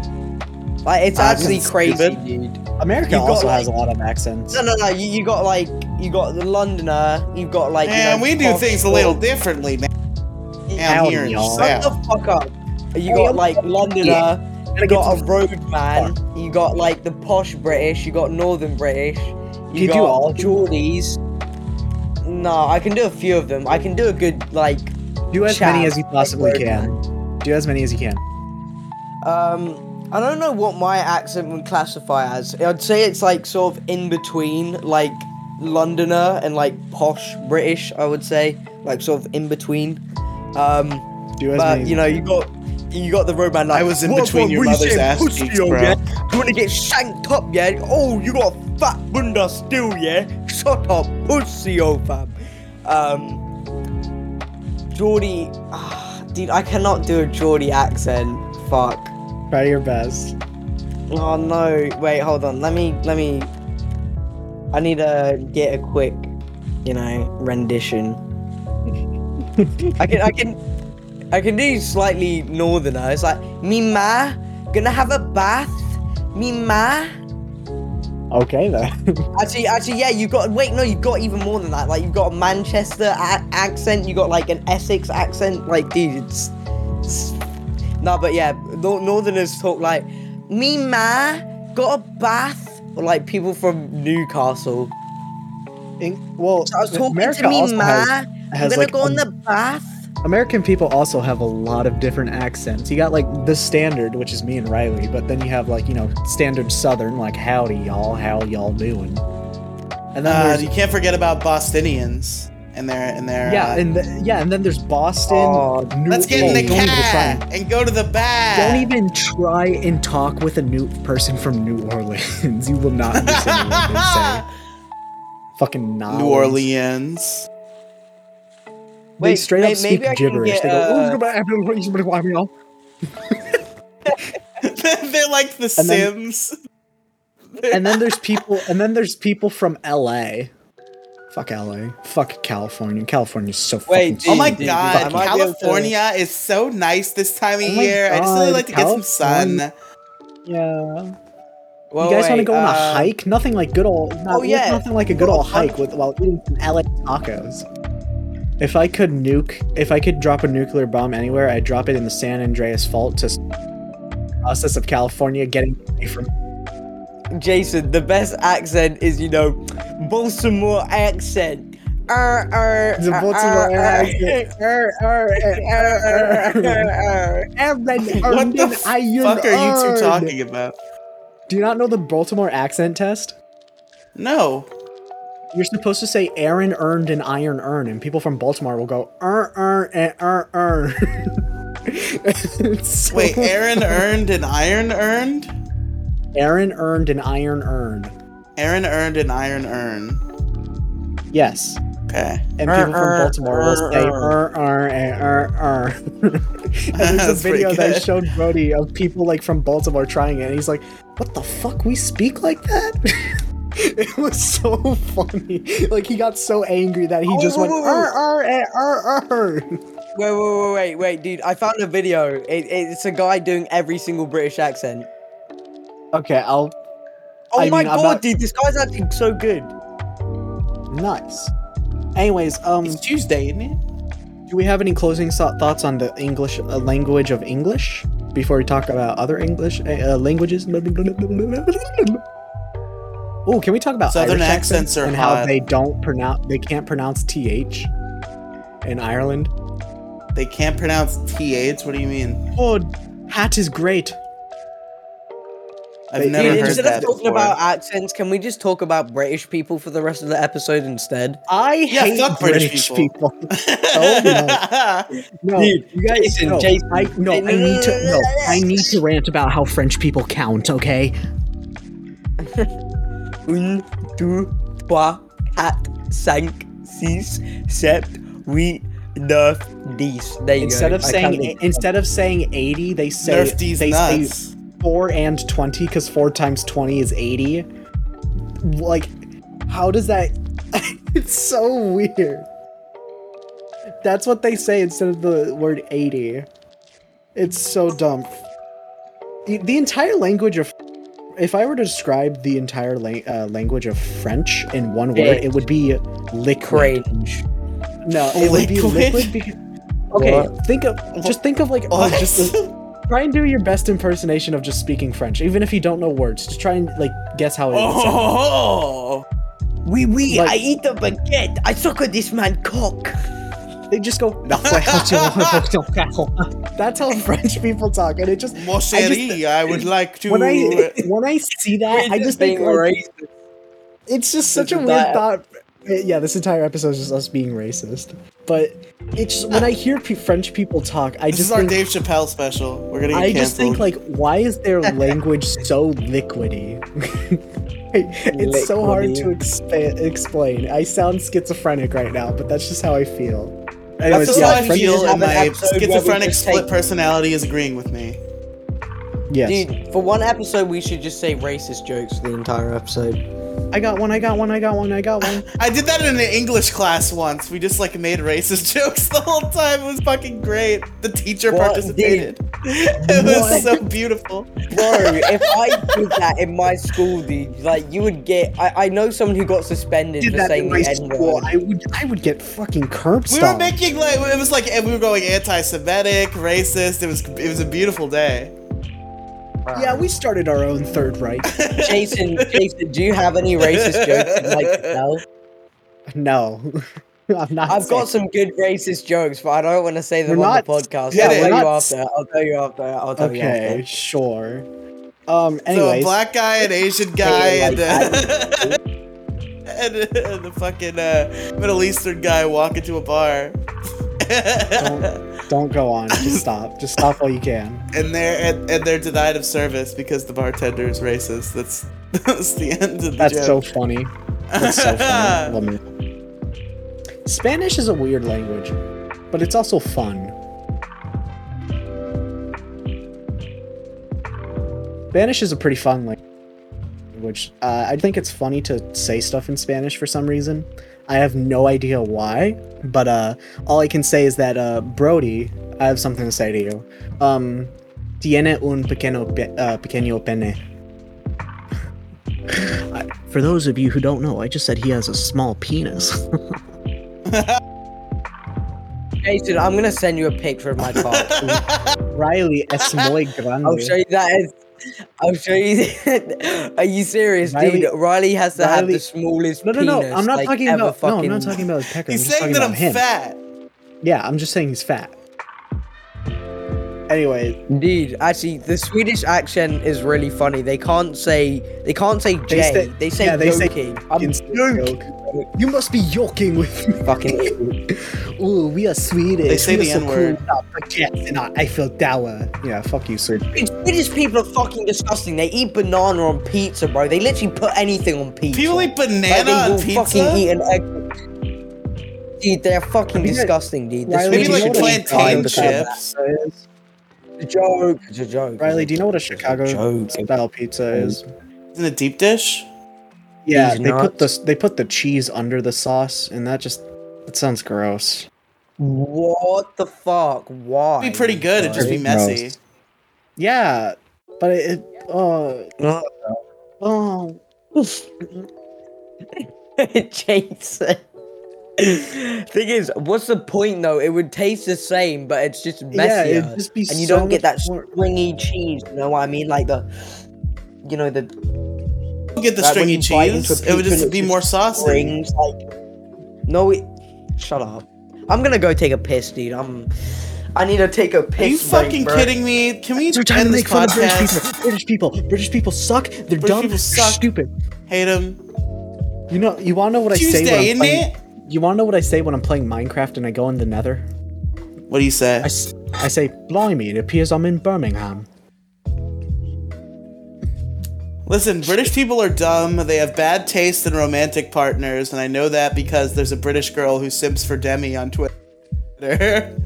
[SPEAKER 4] Like it's
[SPEAKER 3] Ah, 'cause
[SPEAKER 4] actually
[SPEAKER 3] it's
[SPEAKER 4] crazy,
[SPEAKER 3] stupid.
[SPEAKER 4] dude.
[SPEAKER 2] America
[SPEAKER 4] You got,
[SPEAKER 2] also
[SPEAKER 4] like-
[SPEAKER 2] has a lot of accents.
[SPEAKER 4] No, no, no. You, you got like you got the Londoner. You've got like. you
[SPEAKER 3] Man,
[SPEAKER 4] know,
[SPEAKER 3] we do
[SPEAKER 4] posh
[SPEAKER 3] things a
[SPEAKER 4] folk.
[SPEAKER 3] little differently, man. Down
[SPEAKER 2] Howdy,
[SPEAKER 3] here in
[SPEAKER 2] y'all.
[SPEAKER 4] Shut
[SPEAKER 3] South.
[SPEAKER 4] the fuck up. You got like Londoner.
[SPEAKER 2] Gotta
[SPEAKER 4] You
[SPEAKER 2] get
[SPEAKER 4] got
[SPEAKER 2] to the-
[SPEAKER 4] a road man. You got like the posh British. You got northern British. You
[SPEAKER 2] you do
[SPEAKER 4] got
[SPEAKER 2] all of them?
[SPEAKER 4] Geordies. No, I can do a few of them. I can do a good like.
[SPEAKER 2] Do as
[SPEAKER 4] Chow,
[SPEAKER 2] many as you
[SPEAKER 4] like
[SPEAKER 2] possibly
[SPEAKER 4] road
[SPEAKER 2] can. Do as many as you can.
[SPEAKER 4] Um, I don't know what my accent would classify as. I'd say it's like sort of in between like Londoner and like posh British. I would say like sort of in between. Um.
[SPEAKER 2] Do as
[SPEAKER 4] But
[SPEAKER 2] many.
[SPEAKER 4] you know, you got you got the roadman like
[SPEAKER 3] I was in
[SPEAKER 4] "What,
[SPEAKER 3] between
[SPEAKER 4] what,
[SPEAKER 3] your
[SPEAKER 4] what you
[SPEAKER 3] mother's
[SPEAKER 4] saying,
[SPEAKER 3] ass
[SPEAKER 4] pussy,
[SPEAKER 3] cheeks,
[SPEAKER 4] oh,
[SPEAKER 3] bro."
[SPEAKER 4] Yeah? You wanna get shanked up, yeah? Oh, you got a fat bunda still, yeah? Shut up, pussy, old fam. Um, Geordie, ah, dude, I cannot do a Geordie accent. Fuck.
[SPEAKER 2] try your best.
[SPEAKER 4] Oh no, wait, hold on. Let me, let me. I need to get a quick, you know, rendition. I can, I can, I can do slightly northerner. It's like me ma, gonna have a bath. Me ma,
[SPEAKER 2] Okay then.
[SPEAKER 4] Actually, actually, yeah, you've got. Wait, no, you've got even more than that. Like, you've got a Manchester a- accent. You got like an Essex accent. Like, dude, it's. it's no, but yeah, nor- Northerners talk like, me ma got a bath, or like people from Newcastle.
[SPEAKER 2] In- well,
[SPEAKER 4] So I was talking
[SPEAKER 2] America
[SPEAKER 4] to me
[SPEAKER 2] also
[SPEAKER 4] ma.
[SPEAKER 2] has,
[SPEAKER 4] I'm
[SPEAKER 2] has
[SPEAKER 4] gonna
[SPEAKER 2] like
[SPEAKER 4] go
[SPEAKER 2] a-
[SPEAKER 4] in the bath.
[SPEAKER 2] American people also have a lot of different accents. You got like the standard, which is me and Riley, but then you have like you know standard Southern, like howdy y'all, how y'all doing, and then
[SPEAKER 3] Uh,
[SPEAKER 2] there's
[SPEAKER 3] you can't forget about Bostonians and their and their.
[SPEAKER 2] yeah,
[SPEAKER 3] uh,
[SPEAKER 2] and the, yeah, and then there's Boston.
[SPEAKER 4] Oh,
[SPEAKER 2] New
[SPEAKER 3] let's get in the
[SPEAKER 2] Orleans. Don't even try
[SPEAKER 3] car and go to the bar.
[SPEAKER 2] Don't even try and talk with a new person from New Orleans. You will not understand what they say. Fucking not.
[SPEAKER 3] New Orleans.
[SPEAKER 2] They
[SPEAKER 4] Wait,
[SPEAKER 2] straight
[SPEAKER 4] may-
[SPEAKER 2] up speak
[SPEAKER 4] maybe I can
[SPEAKER 2] gibberish.
[SPEAKER 4] get,
[SPEAKER 2] they go,
[SPEAKER 4] uh,
[SPEAKER 2] "Oh,
[SPEAKER 3] They're like the
[SPEAKER 2] And then-
[SPEAKER 3] Sims.
[SPEAKER 2] and then there's people and then there's people from LA. Fuck LA. Fuck California. California's so
[SPEAKER 4] Wait,
[SPEAKER 2] fucking
[SPEAKER 4] dude,
[SPEAKER 3] oh my
[SPEAKER 4] dude,
[SPEAKER 3] god,
[SPEAKER 4] I might be able to-
[SPEAKER 3] California is so nice this time of
[SPEAKER 2] Oh my
[SPEAKER 3] year. I just really
[SPEAKER 2] God,
[SPEAKER 3] like to get some sun.
[SPEAKER 2] California. yeah.
[SPEAKER 4] Well,
[SPEAKER 2] you guys want to
[SPEAKER 4] wait,
[SPEAKER 2] go on a
[SPEAKER 4] uh,
[SPEAKER 2] hike? Nothing like good old not,
[SPEAKER 4] oh, yeah.
[SPEAKER 2] nothing like a good old hike with while eating some LA tacos. If I could nuke if I could drop a nuclear bomb anywhere, I'd drop it in the San Andreas fault to s- process of California getting away from
[SPEAKER 4] Jason, the best accent is, you know, Baltimore accent. Uh, uh,
[SPEAKER 2] the
[SPEAKER 4] uh,
[SPEAKER 2] Baltimore
[SPEAKER 4] Er, uh,
[SPEAKER 3] What the fuck are you two
[SPEAKER 2] talking?
[SPEAKER 3] talking about?
[SPEAKER 2] Do you not know the Baltimore accent test?
[SPEAKER 3] No.
[SPEAKER 2] You're supposed to say Aaron earned an iron earn, and people from Baltimore will go er er eh, er er. It's so-
[SPEAKER 3] Wait, Aaron earned an iron earned?
[SPEAKER 2] Aaron earned an iron earn.
[SPEAKER 3] Aaron earned an iron earn.
[SPEAKER 2] Yes,
[SPEAKER 3] Okay.
[SPEAKER 2] and people from
[SPEAKER 4] Er, er,
[SPEAKER 2] Baltimore will
[SPEAKER 4] er,
[SPEAKER 2] say
[SPEAKER 4] er.
[SPEAKER 2] er er eh, er er. And
[SPEAKER 3] That's
[SPEAKER 2] there's a
[SPEAKER 3] pretty
[SPEAKER 2] video that I
[SPEAKER 3] good.
[SPEAKER 2] showed Brody of people like from Baltimore trying it, and he's like, "What the fuck? We speak like that?" it was so funny. Like he got so angry that he
[SPEAKER 4] Oh,
[SPEAKER 2] just went
[SPEAKER 4] whoa,
[SPEAKER 2] er
[SPEAKER 4] whoa,
[SPEAKER 2] er eh, er er.
[SPEAKER 4] Wait, wait, wait, wait, wait, dude! I found a video. It, it's a guy doing every single British accent.
[SPEAKER 2] Okay, I'll
[SPEAKER 4] Oh
[SPEAKER 2] I
[SPEAKER 4] my
[SPEAKER 2] mean, I'm
[SPEAKER 4] god,
[SPEAKER 2] not-
[SPEAKER 4] dude! This guy's acting so good.
[SPEAKER 2] nice. Anyways, um,
[SPEAKER 3] It's Tuesday, isn't it?
[SPEAKER 2] do we have any closing so- thoughts on the English uh, language of English before we talk about other English uh, uh, languages? Oh, can we talk about
[SPEAKER 3] Southern
[SPEAKER 2] Irish
[SPEAKER 3] accents are
[SPEAKER 2] and how
[SPEAKER 3] hot.
[SPEAKER 2] they don't pronounce they can't pronounce th in Ireland?
[SPEAKER 3] They can't pronounce TH. What do you mean?
[SPEAKER 2] Oh, hat is great.
[SPEAKER 3] I've
[SPEAKER 2] They-
[SPEAKER 3] never
[SPEAKER 4] dude,
[SPEAKER 3] heard
[SPEAKER 4] instead
[SPEAKER 3] that
[SPEAKER 4] of talking
[SPEAKER 3] before.
[SPEAKER 4] about accents, can we just talk about British people for the rest of the episode instead?
[SPEAKER 2] I
[SPEAKER 3] Yeah,
[SPEAKER 2] hate
[SPEAKER 3] fuck British
[SPEAKER 2] British, people.
[SPEAKER 3] people.
[SPEAKER 2] Oh, No,
[SPEAKER 4] you guys,
[SPEAKER 2] no, I, no, I need to no, I need to rant about how French people count. Okay,
[SPEAKER 4] Un, deux, trois, quatre, cinq, six, sept, huit, neuf, dix. There you
[SPEAKER 2] instead
[SPEAKER 4] go.
[SPEAKER 2] of
[SPEAKER 4] I
[SPEAKER 2] saying
[SPEAKER 4] can't read.
[SPEAKER 2] instead of saying 80 they say
[SPEAKER 3] Nerf these
[SPEAKER 2] they say
[SPEAKER 3] nuts.
[SPEAKER 2] 4 and 20 because 4 times 20 is 80 like how does that it's so weird that's what they say instead of the word 80 it's so dumb the, the entire language of if i were to describe the entire la- uh, language of french in one word
[SPEAKER 4] Yeah.
[SPEAKER 2] it would be liquid
[SPEAKER 4] cringe.
[SPEAKER 2] no, it would be
[SPEAKER 3] Liquid?
[SPEAKER 2] liquid because. Okay, think of just think of like oh,
[SPEAKER 3] What?
[SPEAKER 2] just try and do your best impersonation of just speaking French, even if you don't know words. Just try and like guess how it would sound.
[SPEAKER 3] Oh,
[SPEAKER 4] Oui, oui,
[SPEAKER 2] Like-
[SPEAKER 4] I eat a baguette. I suck on this man cock.
[SPEAKER 2] They just go. That's how French people talk, and it just
[SPEAKER 3] mon chéri, I, would like to.
[SPEAKER 2] when I when I see that, I just think like, it's just such a
[SPEAKER 4] This
[SPEAKER 2] weird
[SPEAKER 4] entire-
[SPEAKER 2] thought. Yeah, this entire episode is just us being racist. But it's when I hear pe French people talk, I
[SPEAKER 3] this
[SPEAKER 2] just
[SPEAKER 3] is our
[SPEAKER 2] think
[SPEAKER 3] Dave Chappelle special. We're gonna get
[SPEAKER 2] I just
[SPEAKER 3] canceled.
[SPEAKER 2] think like, why is their language so liquidy? it's so hard to expa- explain. I sound schizophrenic right now, but that's just how I feel. Anyways,
[SPEAKER 3] That's
[SPEAKER 2] yeah,
[SPEAKER 3] how I
[SPEAKER 2] French-
[SPEAKER 3] feel,
[SPEAKER 4] have
[SPEAKER 3] and
[SPEAKER 4] an
[SPEAKER 3] my
[SPEAKER 4] episode where we
[SPEAKER 3] schizophrenic
[SPEAKER 4] just
[SPEAKER 3] split
[SPEAKER 4] take-
[SPEAKER 3] personality is agreeing with me.
[SPEAKER 2] Yes.
[SPEAKER 4] Dude, for one episode, we should just say racist jokes the entire episode.
[SPEAKER 2] I got one. I got one. I got one. I got one.
[SPEAKER 3] I did that in an English class once. We just like made racist jokes the whole time. It was fucking great. The teacher
[SPEAKER 4] What
[SPEAKER 3] participated. It was so beautiful.
[SPEAKER 4] Bro, if I did that in my school, dude, like you would get. I, I know someone who got suspended
[SPEAKER 2] Did
[SPEAKER 4] for
[SPEAKER 2] that
[SPEAKER 4] saying
[SPEAKER 2] in my
[SPEAKER 4] the N
[SPEAKER 2] school.
[SPEAKER 4] word.
[SPEAKER 2] I would. I would get fucking curb
[SPEAKER 3] We were
[SPEAKER 2] stomped.
[SPEAKER 3] making like it was like we were going anti-Semitic, racist. It was it was a beautiful day.
[SPEAKER 2] yeah, we started our own third right.
[SPEAKER 4] Jason, Jason, do you have any racist jokes you'd like to tell?
[SPEAKER 2] No, I'm not.
[SPEAKER 4] I've
[SPEAKER 2] saying-
[SPEAKER 4] got some good racist jokes, but I don't want to say them
[SPEAKER 2] We're
[SPEAKER 4] on
[SPEAKER 2] not-
[SPEAKER 4] the podcast.
[SPEAKER 3] Yeah,
[SPEAKER 4] I'll
[SPEAKER 3] we're
[SPEAKER 4] tell you
[SPEAKER 2] not-
[SPEAKER 4] after. I'll tell you after. I'll tell you after.
[SPEAKER 2] Okay, sure. Um. Anyways,
[SPEAKER 3] So a black guy, an Asian guy,
[SPEAKER 4] Hey,
[SPEAKER 3] and,
[SPEAKER 4] like,
[SPEAKER 3] uh, and, uh, and the fucking uh, Middle Eastern guy walk into a bar.
[SPEAKER 2] don't, don't go on. Just stop. Just stop while you can.
[SPEAKER 3] and they're and, and they're denied of service because the bartender is racist. That's that's the end of the
[SPEAKER 2] That's so
[SPEAKER 3] joke.
[SPEAKER 2] funny. That's so funny. Love it. Spanish is a weird language, but it's also fun. Spanish is a pretty fun lang- language. Uh, I think it's funny to say stuff in Spanish for some reason. I have no idea why, but uh, all I can say is that uh, Brody, I have something to say to you. Um, tiene un pequeño pe- uh, pequeño pene. For those of you who don't know, I just said he has a small penis.
[SPEAKER 4] Jason, I'm gonna send you a picture of my car.
[SPEAKER 2] Riley es muy grande.
[SPEAKER 4] I'll show you that. as- I'll show you. that- Are you serious, dude?
[SPEAKER 2] Riley-
[SPEAKER 4] Riley has to have
[SPEAKER 2] Riley-
[SPEAKER 4] the smallest
[SPEAKER 2] no, no, no.
[SPEAKER 4] penis,
[SPEAKER 2] I'm not
[SPEAKER 4] like,
[SPEAKER 2] talking about.
[SPEAKER 4] ever
[SPEAKER 2] No, I'm
[SPEAKER 4] fucking-
[SPEAKER 2] not talking about his pecker.
[SPEAKER 3] He's
[SPEAKER 2] I'm just
[SPEAKER 3] saying
[SPEAKER 2] talking
[SPEAKER 3] that
[SPEAKER 2] about
[SPEAKER 3] I'm
[SPEAKER 2] him.
[SPEAKER 3] fat.
[SPEAKER 2] Yeah, I'm just saying he's fat. Anyway,
[SPEAKER 4] Dude, actually, the Swedish accent is really funny. They can't say they can't say J.
[SPEAKER 2] They
[SPEAKER 4] They,
[SPEAKER 2] say-
[SPEAKER 4] say
[SPEAKER 2] yeah, they say
[SPEAKER 4] joking. I'm
[SPEAKER 2] it's a joke. You must be joking with me.
[SPEAKER 4] fucking.
[SPEAKER 2] Ooh, we are Swedish.
[SPEAKER 3] They say
[SPEAKER 2] we are so
[SPEAKER 3] the N-word.
[SPEAKER 2] Cool. Not projects in our Eiffel Tower. Yeah, fuck you, Swedish.
[SPEAKER 4] Swedish people are fucking disgusting. They eat banana on pizza, bro. They literally put anything on pizza.
[SPEAKER 3] People eat banana
[SPEAKER 4] like, they
[SPEAKER 3] on
[SPEAKER 4] will
[SPEAKER 3] pizza.
[SPEAKER 4] fucking eat an egg. Dude, they're fucking
[SPEAKER 2] Maybe like-
[SPEAKER 4] disgusting, dude. The
[SPEAKER 2] Riley,
[SPEAKER 3] Maybe
[SPEAKER 2] do
[SPEAKER 4] Swedish
[SPEAKER 2] you know
[SPEAKER 3] like
[SPEAKER 4] people
[SPEAKER 2] what
[SPEAKER 4] eat
[SPEAKER 2] a Chicago
[SPEAKER 3] plantain
[SPEAKER 2] style
[SPEAKER 3] chips.
[SPEAKER 2] pizza is?
[SPEAKER 4] It's a joke. It's a joke.
[SPEAKER 2] Riley, do you know what a Chicago
[SPEAKER 4] Joke.
[SPEAKER 2] style pizza is?
[SPEAKER 1] Oh,
[SPEAKER 3] Isn't it deep dish?
[SPEAKER 2] Yeah,
[SPEAKER 4] These
[SPEAKER 2] they put
[SPEAKER 4] nuts.
[SPEAKER 2] the they put the cheese under the sauce, and that just that sounds gross.
[SPEAKER 4] What the fuck? Why?
[SPEAKER 3] It'd be pretty good. It'd just be
[SPEAKER 4] Like,
[SPEAKER 3] messy.
[SPEAKER 2] Yeah, but it, it oh
[SPEAKER 4] Ugh.
[SPEAKER 2] oh
[SPEAKER 4] Jason. Thing is, what's the point though? It would taste the same, but it's just
[SPEAKER 2] yeah,
[SPEAKER 4] messier,
[SPEAKER 2] it'd just be
[SPEAKER 4] and you
[SPEAKER 2] so
[SPEAKER 4] don't get that
[SPEAKER 2] much more-
[SPEAKER 4] stringy cheese. You know what I mean? Like the, you know, the
[SPEAKER 3] Don't Get the
[SPEAKER 4] Like, when
[SPEAKER 3] stringy
[SPEAKER 4] you bite into a
[SPEAKER 3] cheese. It would
[SPEAKER 4] pizza,
[SPEAKER 3] just
[SPEAKER 4] it's
[SPEAKER 3] be
[SPEAKER 4] just
[SPEAKER 3] more saucy.
[SPEAKER 4] rings. Like, no, it, shut up. I'm gonna go take a piss, dude. I'm. I need to take a piss.
[SPEAKER 3] Are you
[SPEAKER 4] break,
[SPEAKER 3] fucking
[SPEAKER 4] bro.
[SPEAKER 3] kidding me? Can we
[SPEAKER 2] They're trying
[SPEAKER 3] end
[SPEAKER 2] to
[SPEAKER 3] this
[SPEAKER 2] make fun of British people. British
[SPEAKER 3] podcast?
[SPEAKER 2] people. British people suck. They're dumb.
[SPEAKER 3] people
[SPEAKER 2] They're
[SPEAKER 3] suck.
[SPEAKER 2] stupid.
[SPEAKER 3] Hate him.
[SPEAKER 2] You know. You want to know what I say when
[SPEAKER 3] Tuesday,
[SPEAKER 2] I'm
[SPEAKER 3] isn't
[SPEAKER 2] playing,
[SPEAKER 3] it?
[SPEAKER 2] You want to know what I say when I'm playing Minecraft and I go in the Nether?
[SPEAKER 3] What do you say?
[SPEAKER 2] I, s- I say, blimey, it appears I'm in Birmingham.
[SPEAKER 3] Listen, British people are dumb. They have bad taste in romantic partners, and I know that because there's a British girl who simps for Demi on Twitter.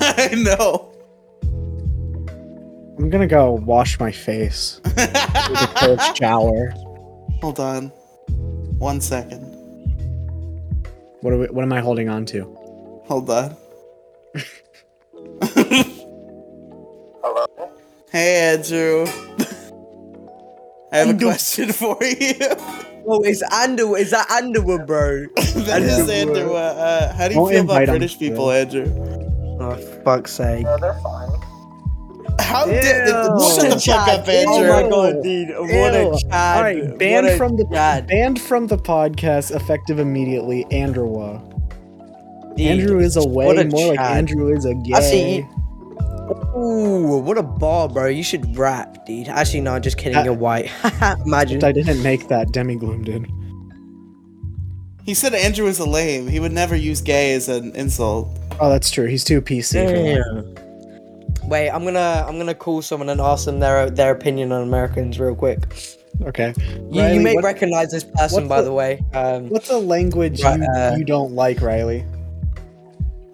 [SPEAKER 3] I know.
[SPEAKER 2] I'm gonna go wash my face with a cold shower.
[SPEAKER 3] Hold on. One second.
[SPEAKER 2] What are we, What am I holding on to?
[SPEAKER 3] Hold on. Hello. Hey, Andrew. I have a question for you.
[SPEAKER 4] Oh, it's Andrew. Is that Underwood, bro?
[SPEAKER 3] that is Andrew. Uh, uh, how do you
[SPEAKER 2] Don't
[SPEAKER 3] feel about
[SPEAKER 2] invite him,
[SPEAKER 3] British people,
[SPEAKER 2] bro.
[SPEAKER 3] Andrew?
[SPEAKER 4] oh, fuck's sake.
[SPEAKER 3] How did? Shut the fuck up,
[SPEAKER 4] Oh my
[SPEAKER 3] Andrew.
[SPEAKER 4] god, dude. What a
[SPEAKER 2] Ew.
[SPEAKER 4] chad.
[SPEAKER 2] All right,
[SPEAKER 4] What
[SPEAKER 2] banned
[SPEAKER 4] a
[SPEAKER 2] from the
[SPEAKER 4] chad.
[SPEAKER 2] banned from the podcast, effective immediately. Andrew.
[SPEAKER 4] Dude,
[SPEAKER 2] Andrew is away.
[SPEAKER 4] what a
[SPEAKER 2] more like
[SPEAKER 4] chad.
[SPEAKER 2] Andrew is a gay.
[SPEAKER 4] I see. Ooh, what a bar, bro. You should rap, dude. Actually, no, just kidding.
[SPEAKER 2] Uh,
[SPEAKER 4] You're white. Imagine.
[SPEAKER 2] I didn't make that. Demigloom did.
[SPEAKER 3] He said Andrew is a lame. He would never use gay as an insult.
[SPEAKER 2] Oh, that's true. He's too PC. For that.
[SPEAKER 4] Wait, I'm gonna I'm gonna call someone and ask them their their opinion on Americans real quick.
[SPEAKER 2] Okay.
[SPEAKER 4] You,
[SPEAKER 2] Riley,
[SPEAKER 4] you may
[SPEAKER 2] what-
[SPEAKER 4] recognize this
[SPEAKER 2] what's
[SPEAKER 4] person, by
[SPEAKER 2] the-
[SPEAKER 4] the way. Um,
[SPEAKER 2] What's a language
[SPEAKER 4] Right,
[SPEAKER 2] you,
[SPEAKER 4] uh,
[SPEAKER 2] you don't like, Riley?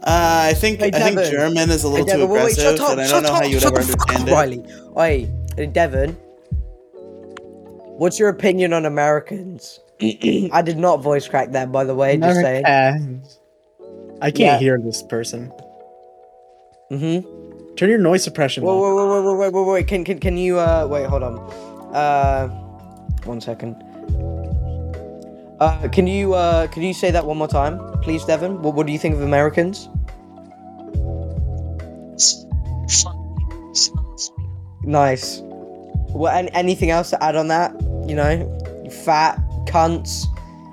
[SPEAKER 3] Uh, I think
[SPEAKER 4] Hey,
[SPEAKER 3] I think
[SPEAKER 4] Devin.
[SPEAKER 3] German is a little
[SPEAKER 4] Hey,
[SPEAKER 3] too
[SPEAKER 4] Devon, wait, wait,
[SPEAKER 3] aggressive, and I don't know how you would
[SPEAKER 4] shut
[SPEAKER 3] ever
[SPEAKER 4] the fuck
[SPEAKER 3] understand
[SPEAKER 4] up, Riley.
[SPEAKER 3] it.
[SPEAKER 4] Oi, Devon, What's your opinion on Americans? I did not voice crack that, by the way. Just saying.
[SPEAKER 2] Americans. I
[SPEAKER 4] Yeah.
[SPEAKER 2] can't hear this person.
[SPEAKER 4] Mm-hmm.
[SPEAKER 2] Turn your noise suppression
[SPEAKER 4] Whoa,
[SPEAKER 2] off.
[SPEAKER 4] whoa, whoa, whoa, whoa, whoa, wait. Can, can, can you, uh, wait, hold on. Uh, one second. Uh, can you, uh, can you say that one more time, please, Devin? What, what do you think of Americans? Nice. Well, and anything else to add on that? You know, you fat cunts.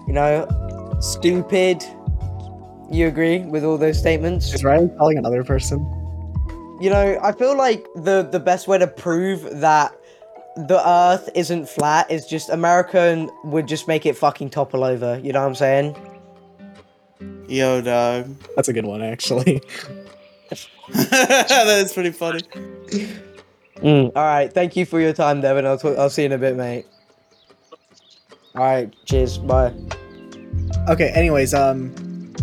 [SPEAKER 4] You know, stupid. You agree with all those statements?
[SPEAKER 2] Is Riley calling another person?
[SPEAKER 4] You know, I feel like the the best way to prove that the Earth isn't flat is just American would just make it fucking topple over. You know what I'm saying?
[SPEAKER 3] Yo, dog.
[SPEAKER 2] That's a good one, actually.
[SPEAKER 3] that is pretty funny.
[SPEAKER 4] All right. Thank you for your time, Devin. I'll talk, I'll see you in a bit, mate. All right. Cheers. Bye.
[SPEAKER 2] Okay. Anyways, um,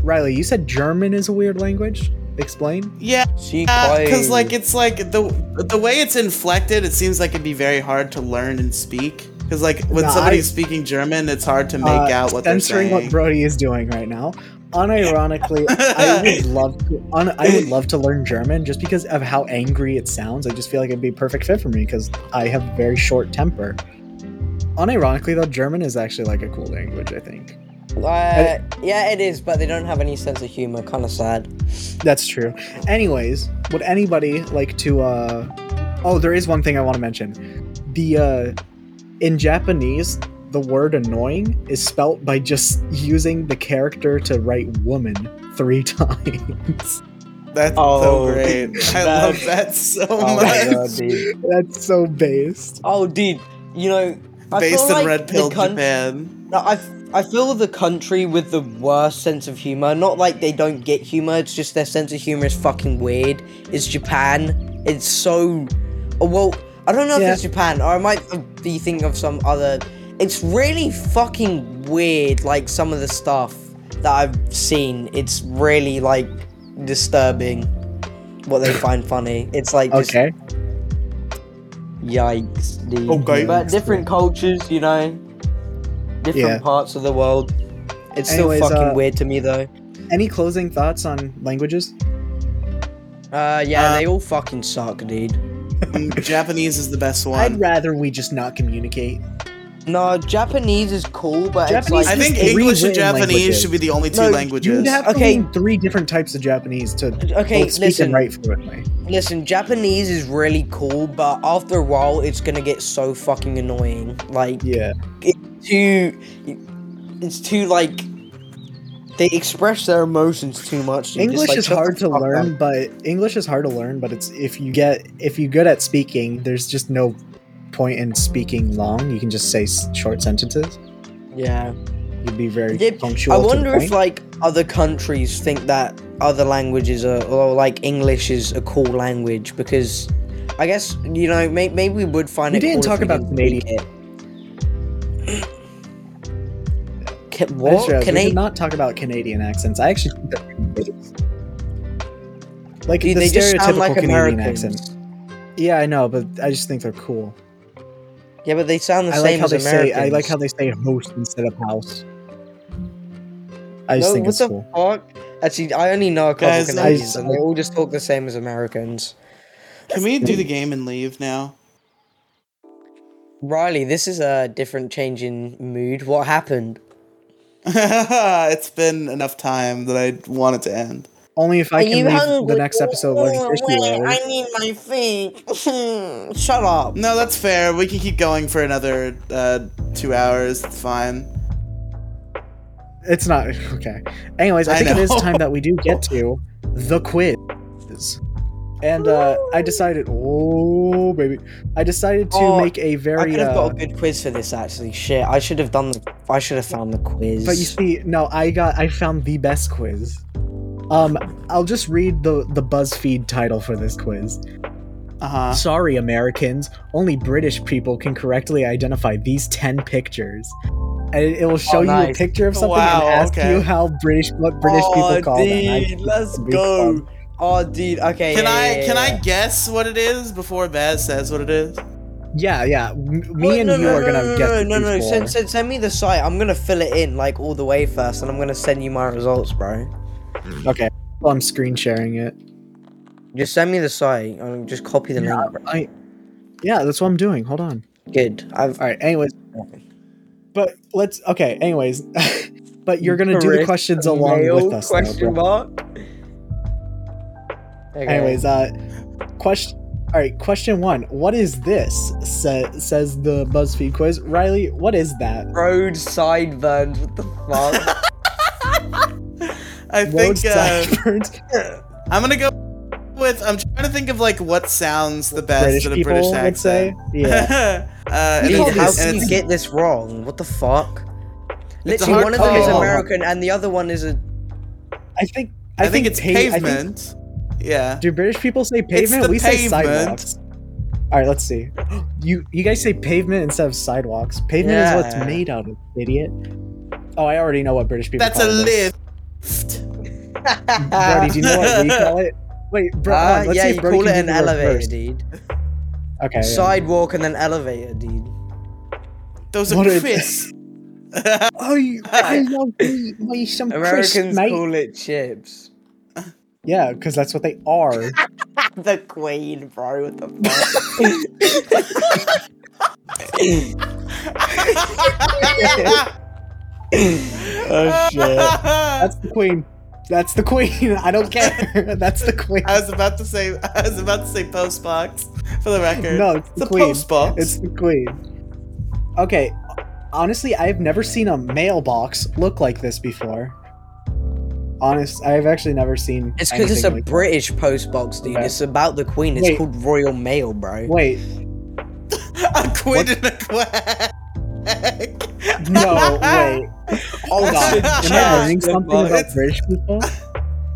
[SPEAKER 2] Riley, you said German is a weird language. Explain.
[SPEAKER 3] Yeah,
[SPEAKER 4] See
[SPEAKER 3] because Uh, like it's like the the way it's inflected, it seems like it'd be very hard to learn and speak. Because like when
[SPEAKER 2] Nah, I-
[SPEAKER 3] somebody's speaking German, it's hard to make
[SPEAKER 2] Uh,
[SPEAKER 3] out what they're
[SPEAKER 2] Censoring
[SPEAKER 3] saying.
[SPEAKER 2] what Brody is doing right now. Unironically, I would love to. Un- I would love to learn German just because of how angry it sounds. I just feel like it'd be a perfect fit for me because I have a very short temper. Unironically, though, German is actually like a cool language. I think
[SPEAKER 4] uh, yeah, it is, but they don't have any sense of humor. Kind of sad.
[SPEAKER 2] that's true. Anyways, would anybody like to? uh Oh, there is one thing I want to mention. The uh in Japanese, the word annoying is spelt by just using the character to write woman three times.
[SPEAKER 3] That's
[SPEAKER 4] Oh,
[SPEAKER 3] so great. I
[SPEAKER 4] that-
[SPEAKER 3] love that so
[SPEAKER 4] Oh my
[SPEAKER 3] much.
[SPEAKER 4] god, dude.
[SPEAKER 2] That's so based.
[SPEAKER 4] Oh, dude. You know, I feel
[SPEAKER 3] Based in
[SPEAKER 4] like
[SPEAKER 3] Red
[SPEAKER 4] the
[SPEAKER 3] Pill
[SPEAKER 4] coun-
[SPEAKER 3] Japan.
[SPEAKER 4] No, I, f- I feel the country with the worst sense of humor. Not like they don't get humor. It's just their sense of humor is fucking weird. It's Japan. It's so. oh, Well, I don't know
[SPEAKER 2] Yeah.
[SPEAKER 4] if it's Japan or I might be thinking of some other. It's really fucking weird. Like some of the stuff that I've seen. It's really like disturbing. What they find funny. It's like just
[SPEAKER 2] Okay.
[SPEAKER 4] Yikes, dude.
[SPEAKER 2] Oh,
[SPEAKER 3] Okay.
[SPEAKER 4] But different cultures, you know, different
[SPEAKER 2] Yeah.
[SPEAKER 4] parts of the world. It's still
[SPEAKER 2] Anyways,
[SPEAKER 4] fucking
[SPEAKER 2] uh,
[SPEAKER 4] weird to me, though.
[SPEAKER 2] Any closing thoughts on languages?
[SPEAKER 4] Uh, yeah,
[SPEAKER 3] uh,
[SPEAKER 4] they all fucking suck, dude.
[SPEAKER 3] Mm, Japanese is the best
[SPEAKER 2] I'd
[SPEAKER 3] one.
[SPEAKER 2] rather we just not communicate.
[SPEAKER 4] No, Japanese is cool, but
[SPEAKER 2] Japanese
[SPEAKER 4] it's
[SPEAKER 3] I
[SPEAKER 4] like.
[SPEAKER 2] is-
[SPEAKER 3] think
[SPEAKER 2] Three
[SPEAKER 3] English and
[SPEAKER 2] written
[SPEAKER 3] Japanese
[SPEAKER 2] languages.
[SPEAKER 3] should be the only two
[SPEAKER 4] No, you'd
[SPEAKER 3] languages.
[SPEAKER 2] You'd have
[SPEAKER 4] Okay.
[SPEAKER 2] okay. three different types of Japanese to
[SPEAKER 4] Okay,
[SPEAKER 2] both speak
[SPEAKER 4] listen,
[SPEAKER 2] and write fluently.
[SPEAKER 4] listen. Japanese is really cool, but after a while, it's gonna get so fucking annoying. Like,
[SPEAKER 2] Yeah.
[SPEAKER 4] too, it's too like they express their emotions too much. dude. It's
[SPEAKER 2] English
[SPEAKER 4] like,
[SPEAKER 2] is
[SPEAKER 4] shut the
[SPEAKER 2] hard to
[SPEAKER 4] fuck up.
[SPEAKER 2] learn, but English is hard to learn, but it's if you get if you're good at speaking, there's just no point in speaking long. You can just say s- short sentences.
[SPEAKER 4] Yeah.
[SPEAKER 2] You'd be very
[SPEAKER 4] Did-
[SPEAKER 2] punctual.
[SPEAKER 4] I
[SPEAKER 2] to the
[SPEAKER 4] wonder if
[SPEAKER 2] point.
[SPEAKER 4] like other countries think that other languages are, or like English is a cool language because I guess you know may, maybe we would find
[SPEAKER 2] We
[SPEAKER 4] it.
[SPEAKER 2] didn't
[SPEAKER 4] cool
[SPEAKER 2] talk
[SPEAKER 4] if we
[SPEAKER 2] about
[SPEAKER 4] didn't speak it. Can,
[SPEAKER 2] I just
[SPEAKER 4] what
[SPEAKER 2] realized we did
[SPEAKER 4] uh, Canadian?
[SPEAKER 2] not talk about Canadian accents. I actually think that like
[SPEAKER 4] Dude,
[SPEAKER 2] the
[SPEAKER 4] they just sound
[SPEAKER 2] stereotypical
[SPEAKER 4] like
[SPEAKER 2] Canadian
[SPEAKER 4] Americans.
[SPEAKER 2] accent. Yeah, I know, but I just think they're cool.
[SPEAKER 4] Yeah, but they sound the
[SPEAKER 2] I
[SPEAKER 4] same
[SPEAKER 2] like how
[SPEAKER 4] as
[SPEAKER 2] they
[SPEAKER 4] Americans.
[SPEAKER 2] say I like how they say host instead of house. I just
[SPEAKER 4] no,
[SPEAKER 2] think
[SPEAKER 4] what
[SPEAKER 2] it's
[SPEAKER 4] the
[SPEAKER 2] cool.
[SPEAKER 4] fuck? Actually, I only know a couple
[SPEAKER 3] Guys, I-
[SPEAKER 4] Canadians, and they all just talk the same as Americans.
[SPEAKER 3] Can we do the game and leave now?
[SPEAKER 4] Riley, this is a different change in mood. What happened?
[SPEAKER 3] it's been enough time that I want it to end.
[SPEAKER 2] Only if I
[SPEAKER 4] Are
[SPEAKER 2] can
[SPEAKER 4] you
[SPEAKER 2] leave
[SPEAKER 4] hungry?
[SPEAKER 2] the next episode like
[SPEAKER 4] Oh,
[SPEAKER 2] issue
[SPEAKER 4] wait,
[SPEAKER 2] early.
[SPEAKER 4] I need my food. Shut up.
[SPEAKER 3] No, that's fair. We can keep going for another uh, two hours. It's fine.
[SPEAKER 2] It's not okay. Anyways, I
[SPEAKER 3] I
[SPEAKER 2] think it is
[SPEAKER 3] know.
[SPEAKER 2] time that we do get to the quiz. And uh, I decided, oh baby, I decided to
[SPEAKER 4] Oh,
[SPEAKER 2] make a
[SPEAKER 4] I
[SPEAKER 2] very.
[SPEAKER 4] could have
[SPEAKER 2] uh,
[SPEAKER 4] got a good quiz for this actually. Shit, I should have done the. I should have found the quiz.
[SPEAKER 2] But you see, no, I got I found the best quiz. Um, I'll just read the the BuzzFeed title for this quiz.
[SPEAKER 3] Uh huh.
[SPEAKER 2] Sorry, Americans, only British people can correctly identify these ten pictures. And it it will show you a
[SPEAKER 4] nice.
[SPEAKER 2] picture of something
[SPEAKER 3] Oh, Wow,
[SPEAKER 2] and ask
[SPEAKER 3] okay. Oh,
[SPEAKER 2] you how British what British people call them. I think
[SPEAKER 4] let's
[SPEAKER 2] that'd be fun.
[SPEAKER 4] go. Oh, dude. Okay.
[SPEAKER 3] Can
[SPEAKER 4] yeah,
[SPEAKER 3] I
[SPEAKER 4] yeah,
[SPEAKER 3] can I
[SPEAKER 4] yeah.
[SPEAKER 3] guess what it is before Baz says what it is?
[SPEAKER 2] Yeah, yeah. M- me
[SPEAKER 4] Well,
[SPEAKER 2] and
[SPEAKER 4] no,
[SPEAKER 2] you
[SPEAKER 4] no,
[SPEAKER 2] are
[SPEAKER 4] no,
[SPEAKER 2] gonna
[SPEAKER 4] no,
[SPEAKER 2] get
[SPEAKER 4] no, no, no.
[SPEAKER 2] these
[SPEAKER 4] Send,
[SPEAKER 2] four.
[SPEAKER 4] send, send me the site. I'm gonna fill it in like all the way first, and I'm gonna send you my results, bro.
[SPEAKER 2] Okay, well, Oh, I'm screen sharing it.
[SPEAKER 4] Just send me the site. and just copy the link. Bro.
[SPEAKER 2] I, yeah, that's what I'm doing. Hold on.
[SPEAKER 4] Good. I've
[SPEAKER 2] All right. Anyways, but let's. Okay. Anyways, but you're gonna do the
[SPEAKER 4] Correct
[SPEAKER 2] questions along
[SPEAKER 4] mail
[SPEAKER 2] with us. though,
[SPEAKER 4] Question
[SPEAKER 2] bro.
[SPEAKER 4] mark. Okay.
[SPEAKER 2] Anyways, uh, question. All right, question one. What is this? Sa- says the BuzzFeed quiz. Riley, what is that?
[SPEAKER 4] roadside burns. What the fuck?
[SPEAKER 3] I think uh,
[SPEAKER 2] Roadside burns.
[SPEAKER 3] I'm gonna go with. I'm trying to think of like what sounds the best
[SPEAKER 2] British
[SPEAKER 3] in a
[SPEAKER 2] people
[SPEAKER 3] British
[SPEAKER 2] would say.
[SPEAKER 3] accent.
[SPEAKER 2] Yeah.
[SPEAKER 3] uh, and
[SPEAKER 4] Dude,
[SPEAKER 3] it's,
[SPEAKER 4] how
[SPEAKER 3] it's,
[SPEAKER 4] can
[SPEAKER 3] and
[SPEAKER 4] you
[SPEAKER 3] it's,
[SPEAKER 4] get this wrong? What the fuck?
[SPEAKER 3] It's a
[SPEAKER 4] Literally,
[SPEAKER 3] hard
[SPEAKER 4] one of them is
[SPEAKER 3] call.
[SPEAKER 4] American and the other one is a.
[SPEAKER 2] I think.
[SPEAKER 3] I,
[SPEAKER 2] I,
[SPEAKER 3] think, it's
[SPEAKER 2] pa- I think-
[SPEAKER 3] pavement. yeah.
[SPEAKER 2] do British people say pavement?
[SPEAKER 3] the
[SPEAKER 2] We say
[SPEAKER 3] pavement.
[SPEAKER 2] sidewalks. All right, let's see. You you guys say pavement instead of sidewalks. Pavement is what
[SPEAKER 4] Yeah.
[SPEAKER 2] it's made out of, idiot. Oh, I already know what British people.
[SPEAKER 3] That's a
[SPEAKER 2] call this.
[SPEAKER 3] lift.
[SPEAKER 2] Brody, do you know what we call it? Wait, bro, hold on,
[SPEAKER 4] Ah,
[SPEAKER 2] let's
[SPEAKER 4] yeah,
[SPEAKER 2] see
[SPEAKER 4] you
[SPEAKER 2] if Brody
[SPEAKER 4] call it
[SPEAKER 2] can
[SPEAKER 4] an
[SPEAKER 2] do the
[SPEAKER 4] elevator,
[SPEAKER 2] reverse.
[SPEAKER 4] dude.
[SPEAKER 2] Okay. yeah.
[SPEAKER 4] Sidewalk and then elevator, dude.
[SPEAKER 3] Those are
[SPEAKER 2] What is-
[SPEAKER 3] Chris.
[SPEAKER 2] Oh, you, I love me, me some crisp,
[SPEAKER 4] Americans
[SPEAKER 2] mate.
[SPEAKER 4] call it chips.
[SPEAKER 2] Yeah, because that's what they are.
[SPEAKER 4] the queen, bro. What the fuck?
[SPEAKER 2] oh shit! That's the queen. That's the queen. I don't care. That's the queen.
[SPEAKER 3] I was about to say. I was about to say post box for the record.
[SPEAKER 2] No, it's
[SPEAKER 3] it's
[SPEAKER 2] the
[SPEAKER 3] a
[SPEAKER 2] queen.
[SPEAKER 3] post box.
[SPEAKER 2] It's the queen. Okay, honestly, I've never seen a mailbox look like this before. Honest, I've actually never seen.
[SPEAKER 4] It's because it's a
[SPEAKER 2] anything like-
[SPEAKER 4] British post box, dude.
[SPEAKER 2] Okay.
[SPEAKER 4] It's about the queen. It's
[SPEAKER 2] Wait.
[SPEAKER 4] called Royal Mail, bro.
[SPEAKER 2] Wait,
[SPEAKER 3] a quid and a quack.
[SPEAKER 2] no, wait. Hold on. Am I learning something about
[SPEAKER 3] It's-
[SPEAKER 2] British people?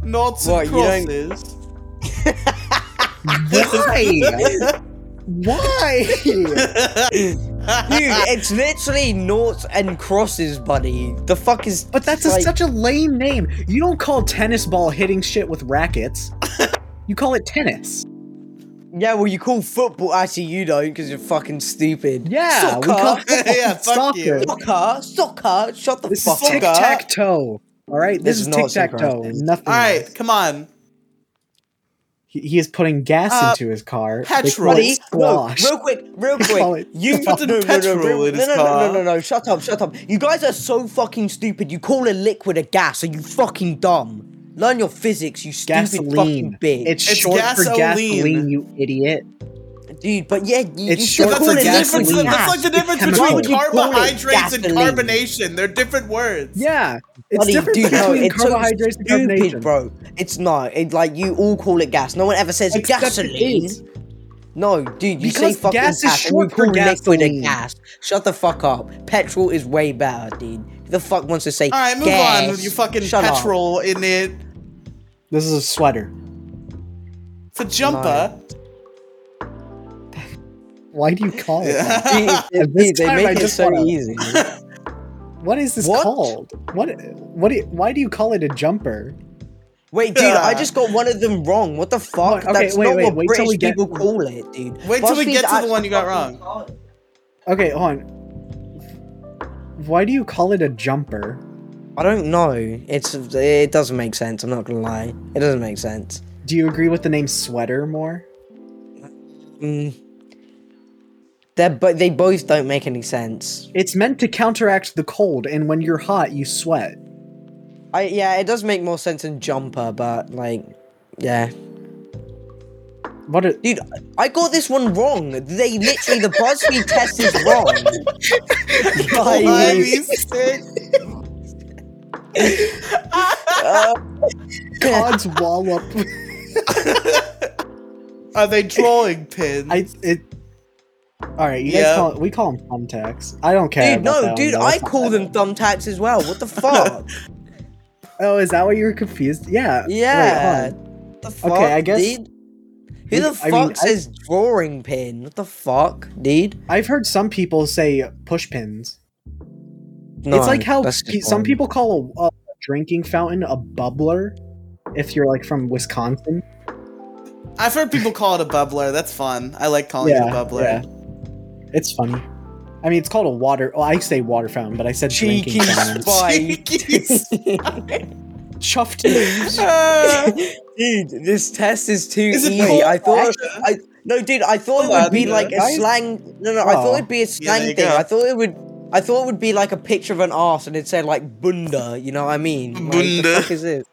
[SPEAKER 3] Knots
[SPEAKER 4] What,
[SPEAKER 3] and
[SPEAKER 4] you don't-
[SPEAKER 3] crosses.
[SPEAKER 2] Why? Why?
[SPEAKER 4] Dude, it's literally noughts and crosses, buddy. The fuck is.
[SPEAKER 2] But that's a,
[SPEAKER 4] like,
[SPEAKER 2] such a lame name. You don't call tennis ball hitting shit with rackets. you call it tennis.
[SPEAKER 4] Yeah, well, you call football. Actually, you don't because you're fucking stupid.
[SPEAKER 2] Yeah,
[SPEAKER 4] Soccer.
[SPEAKER 2] we call
[SPEAKER 3] Yeah, fuck
[SPEAKER 2] soccer.
[SPEAKER 3] you.
[SPEAKER 4] Soccer, soccer, shut the
[SPEAKER 2] This
[SPEAKER 4] fuck
[SPEAKER 2] is
[SPEAKER 4] up.
[SPEAKER 2] tic tac toe. All right, this is
[SPEAKER 4] It's not
[SPEAKER 2] tic tac toe.
[SPEAKER 4] synchronized.
[SPEAKER 2] Nothing.
[SPEAKER 3] All right, come on.
[SPEAKER 2] He, he is putting gas
[SPEAKER 3] Uh,
[SPEAKER 2] into his car.
[SPEAKER 3] petrol.
[SPEAKER 2] They call it
[SPEAKER 4] Buddy, no,
[SPEAKER 2] squash.
[SPEAKER 4] real quick, real
[SPEAKER 2] Call
[SPEAKER 4] quick.
[SPEAKER 2] it-
[SPEAKER 4] You
[SPEAKER 2] call it
[SPEAKER 4] no, no, no,
[SPEAKER 3] petrol
[SPEAKER 4] real-
[SPEAKER 3] in
[SPEAKER 4] no,
[SPEAKER 3] his
[SPEAKER 4] no, no, no,
[SPEAKER 3] car.
[SPEAKER 4] no, no, shut up, shut up. You guys are so fucking stupid. You call a liquid a gas. Are you fucking dumb? Learn your physics, you stupid
[SPEAKER 2] gasoline.
[SPEAKER 4] fucking bitch.
[SPEAKER 2] It's,
[SPEAKER 3] It's
[SPEAKER 2] short for
[SPEAKER 3] gasoline.
[SPEAKER 2] gasoline, you idiot.
[SPEAKER 4] Dude, but yeah, you,
[SPEAKER 2] It's
[SPEAKER 4] you
[SPEAKER 2] short
[SPEAKER 4] still
[SPEAKER 3] That's
[SPEAKER 4] call
[SPEAKER 2] for
[SPEAKER 3] the
[SPEAKER 4] it
[SPEAKER 3] difference.
[SPEAKER 2] gasoline.
[SPEAKER 4] liquid gas.
[SPEAKER 3] That's like the difference
[SPEAKER 2] chemical.
[SPEAKER 3] between
[SPEAKER 2] Why
[SPEAKER 4] would you call it
[SPEAKER 3] carbohydrates and
[SPEAKER 4] gasoline?
[SPEAKER 3] carbonation. They're different words.
[SPEAKER 2] Yeah, it's
[SPEAKER 4] Buddy,
[SPEAKER 2] different
[SPEAKER 4] dude, no,
[SPEAKER 2] between
[SPEAKER 4] it's so
[SPEAKER 2] carbohydrates and
[SPEAKER 4] stupid,
[SPEAKER 2] carbonation.
[SPEAKER 4] bro. It's not. It like you all call it gas. No one ever says
[SPEAKER 2] Except it
[SPEAKER 4] gasoline.
[SPEAKER 2] is.
[SPEAKER 4] No, dude, you say
[SPEAKER 2] Because
[SPEAKER 4] fucking
[SPEAKER 2] gas is
[SPEAKER 4] gas,
[SPEAKER 2] short
[SPEAKER 4] and you call
[SPEAKER 2] for
[SPEAKER 4] liquid a
[SPEAKER 2] gasoline.
[SPEAKER 4] gas. Shut the fuck up. Petrol is way better, dude. Who the fuck wants to say
[SPEAKER 3] All right, move
[SPEAKER 4] gas?
[SPEAKER 3] on with your fucking
[SPEAKER 4] Shut up.
[SPEAKER 3] petrol in it.
[SPEAKER 2] This is a sweater.
[SPEAKER 3] It's a jumper.
[SPEAKER 2] Why do you call it? that?
[SPEAKER 4] Dude,
[SPEAKER 2] This
[SPEAKER 4] dude, they
[SPEAKER 2] time I
[SPEAKER 4] make it
[SPEAKER 2] just
[SPEAKER 4] so
[SPEAKER 2] wanna-
[SPEAKER 4] easy.
[SPEAKER 2] What is this
[SPEAKER 4] What?
[SPEAKER 2] called? What? What? Do you, why do you call it a jumper?
[SPEAKER 4] Wait, dude, I just got one of them wrong. What the fuck?
[SPEAKER 2] What? Okay,
[SPEAKER 4] That's
[SPEAKER 2] wait,
[SPEAKER 4] not
[SPEAKER 2] wait,
[SPEAKER 4] what
[SPEAKER 2] wait till we get-
[SPEAKER 4] British people call it, dude.
[SPEAKER 3] Wait till we
[SPEAKER 4] BuzzFeed's
[SPEAKER 3] get to the
[SPEAKER 4] actually
[SPEAKER 3] one you got
[SPEAKER 4] fucking-
[SPEAKER 2] Okay, hold on. Why do you call it a jumper?
[SPEAKER 4] I don't know. It's it doesn't make sense. I'm not gonna lie. It doesn't make sense.
[SPEAKER 2] Do you agree with the name sweater more?
[SPEAKER 4] Mm. They're but they both don't make any sense.
[SPEAKER 2] It's meant to counteract the cold, and when you're hot, you sweat.
[SPEAKER 4] I yeah, it does make more sense in jumper, but like, yeah,
[SPEAKER 2] What? A,
[SPEAKER 4] dude, I got this one wrong. They literally the BuzzFeed test is wrong.
[SPEAKER 3] Why
[SPEAKER 4] Oh, Like,
[SPEAKER 3] we sick?
[SPEAKER 4] Uh,
[SPEAKER 2] God's wallop.
[SPEAKER 3] Are they drawing pins?
[SPEAKER 2] I it. All right, you
[SPEAKER 3] Yeah.
[SPEAKER 2] guys call it, we call them thumbtacks. I don't care.
[SPEAKER 4] dude,
[SPEAKER 2] about that
[SPEAKER 4] no,
[SPEAKER 2] one,
[SPEAKER 4] dude,
[SPEAKER 2] though.
[SPEAKER 4] I
[SPEAKER 2] It's not
[SPEAKER 4] call
[SPEAKER 2] that
[SPEAKER 4] them thumbtacks as well. What the fuck?
[SPEAKER 2] bad. Oh, is that why you were confused? Yeah. Wait,
[SPEAKER 4] Yeah.
[SPEAKER 2] hold on.
[SPEAKER 4] the fuck,
[SPEAKER 2] Okay, I guess-
[SPEAKER 4] dude? Who
[SPEAKER 2] We-
[SPEAKER 4] the
[SPEAKER 2] I
[SPEAKER 4] fuck
[SPEAKER 2] mean, I-
[SPEAKER 4] says drawing pin? What the fuck, dude?
[SPEAKER 2] I've heard some people say push pins.
[SPEAKER 4] No,
[SPEAKER 2] it's like how
[SPEAKER 4] that's just
[SPEAKER 2] pe- some
[SPEAKER 4] wrong.
[SPEAKER 2] people call a, a drinking fountain a bubbler. If you're like from Wisconsin,
[SPEAKER 3] I've heard people call it a bubbler. That's fun. I like calling it a bubbler.
[SPEAKER 2] It's funny. I mean, it's called a water. Well, I say water fountain, but I said
[SPEAKER 4] Cheeky
[SPEAKER 2] drinking fountain.
[SPEAKER 4] spike.
[SPEAKER 2] Chuffed leaves.
[SPEAKER 3] Uh,
[SPEAKER 4] Dude, this test is too
[SPEAKER 2] Is it
[SPEAKER 4] easy.
[SPEAKER 2] called
[SPEAKER 4] I thought I no, dude. I thought it would be
[SPEAKER 3] Colander,
[SPEAKER 4] like a
[SPEAKER 2] guys?
[SPEAKER 4] slang. No, no. I
[SPEAKER 2] Oh.
[SPEAKER 4] thought it'd be a slang
[SPEAKER 3] there you
[SPEAKER 4] thing.
[SPEAKER 3] go.
[SPEAKER 4] I thought it would. I thought it would be like a picture of an ass, and it said like bunda. You know what I mean? Like,
[SPEAKER 3] Bunda.
[SPEAKER 4] The fuck is this?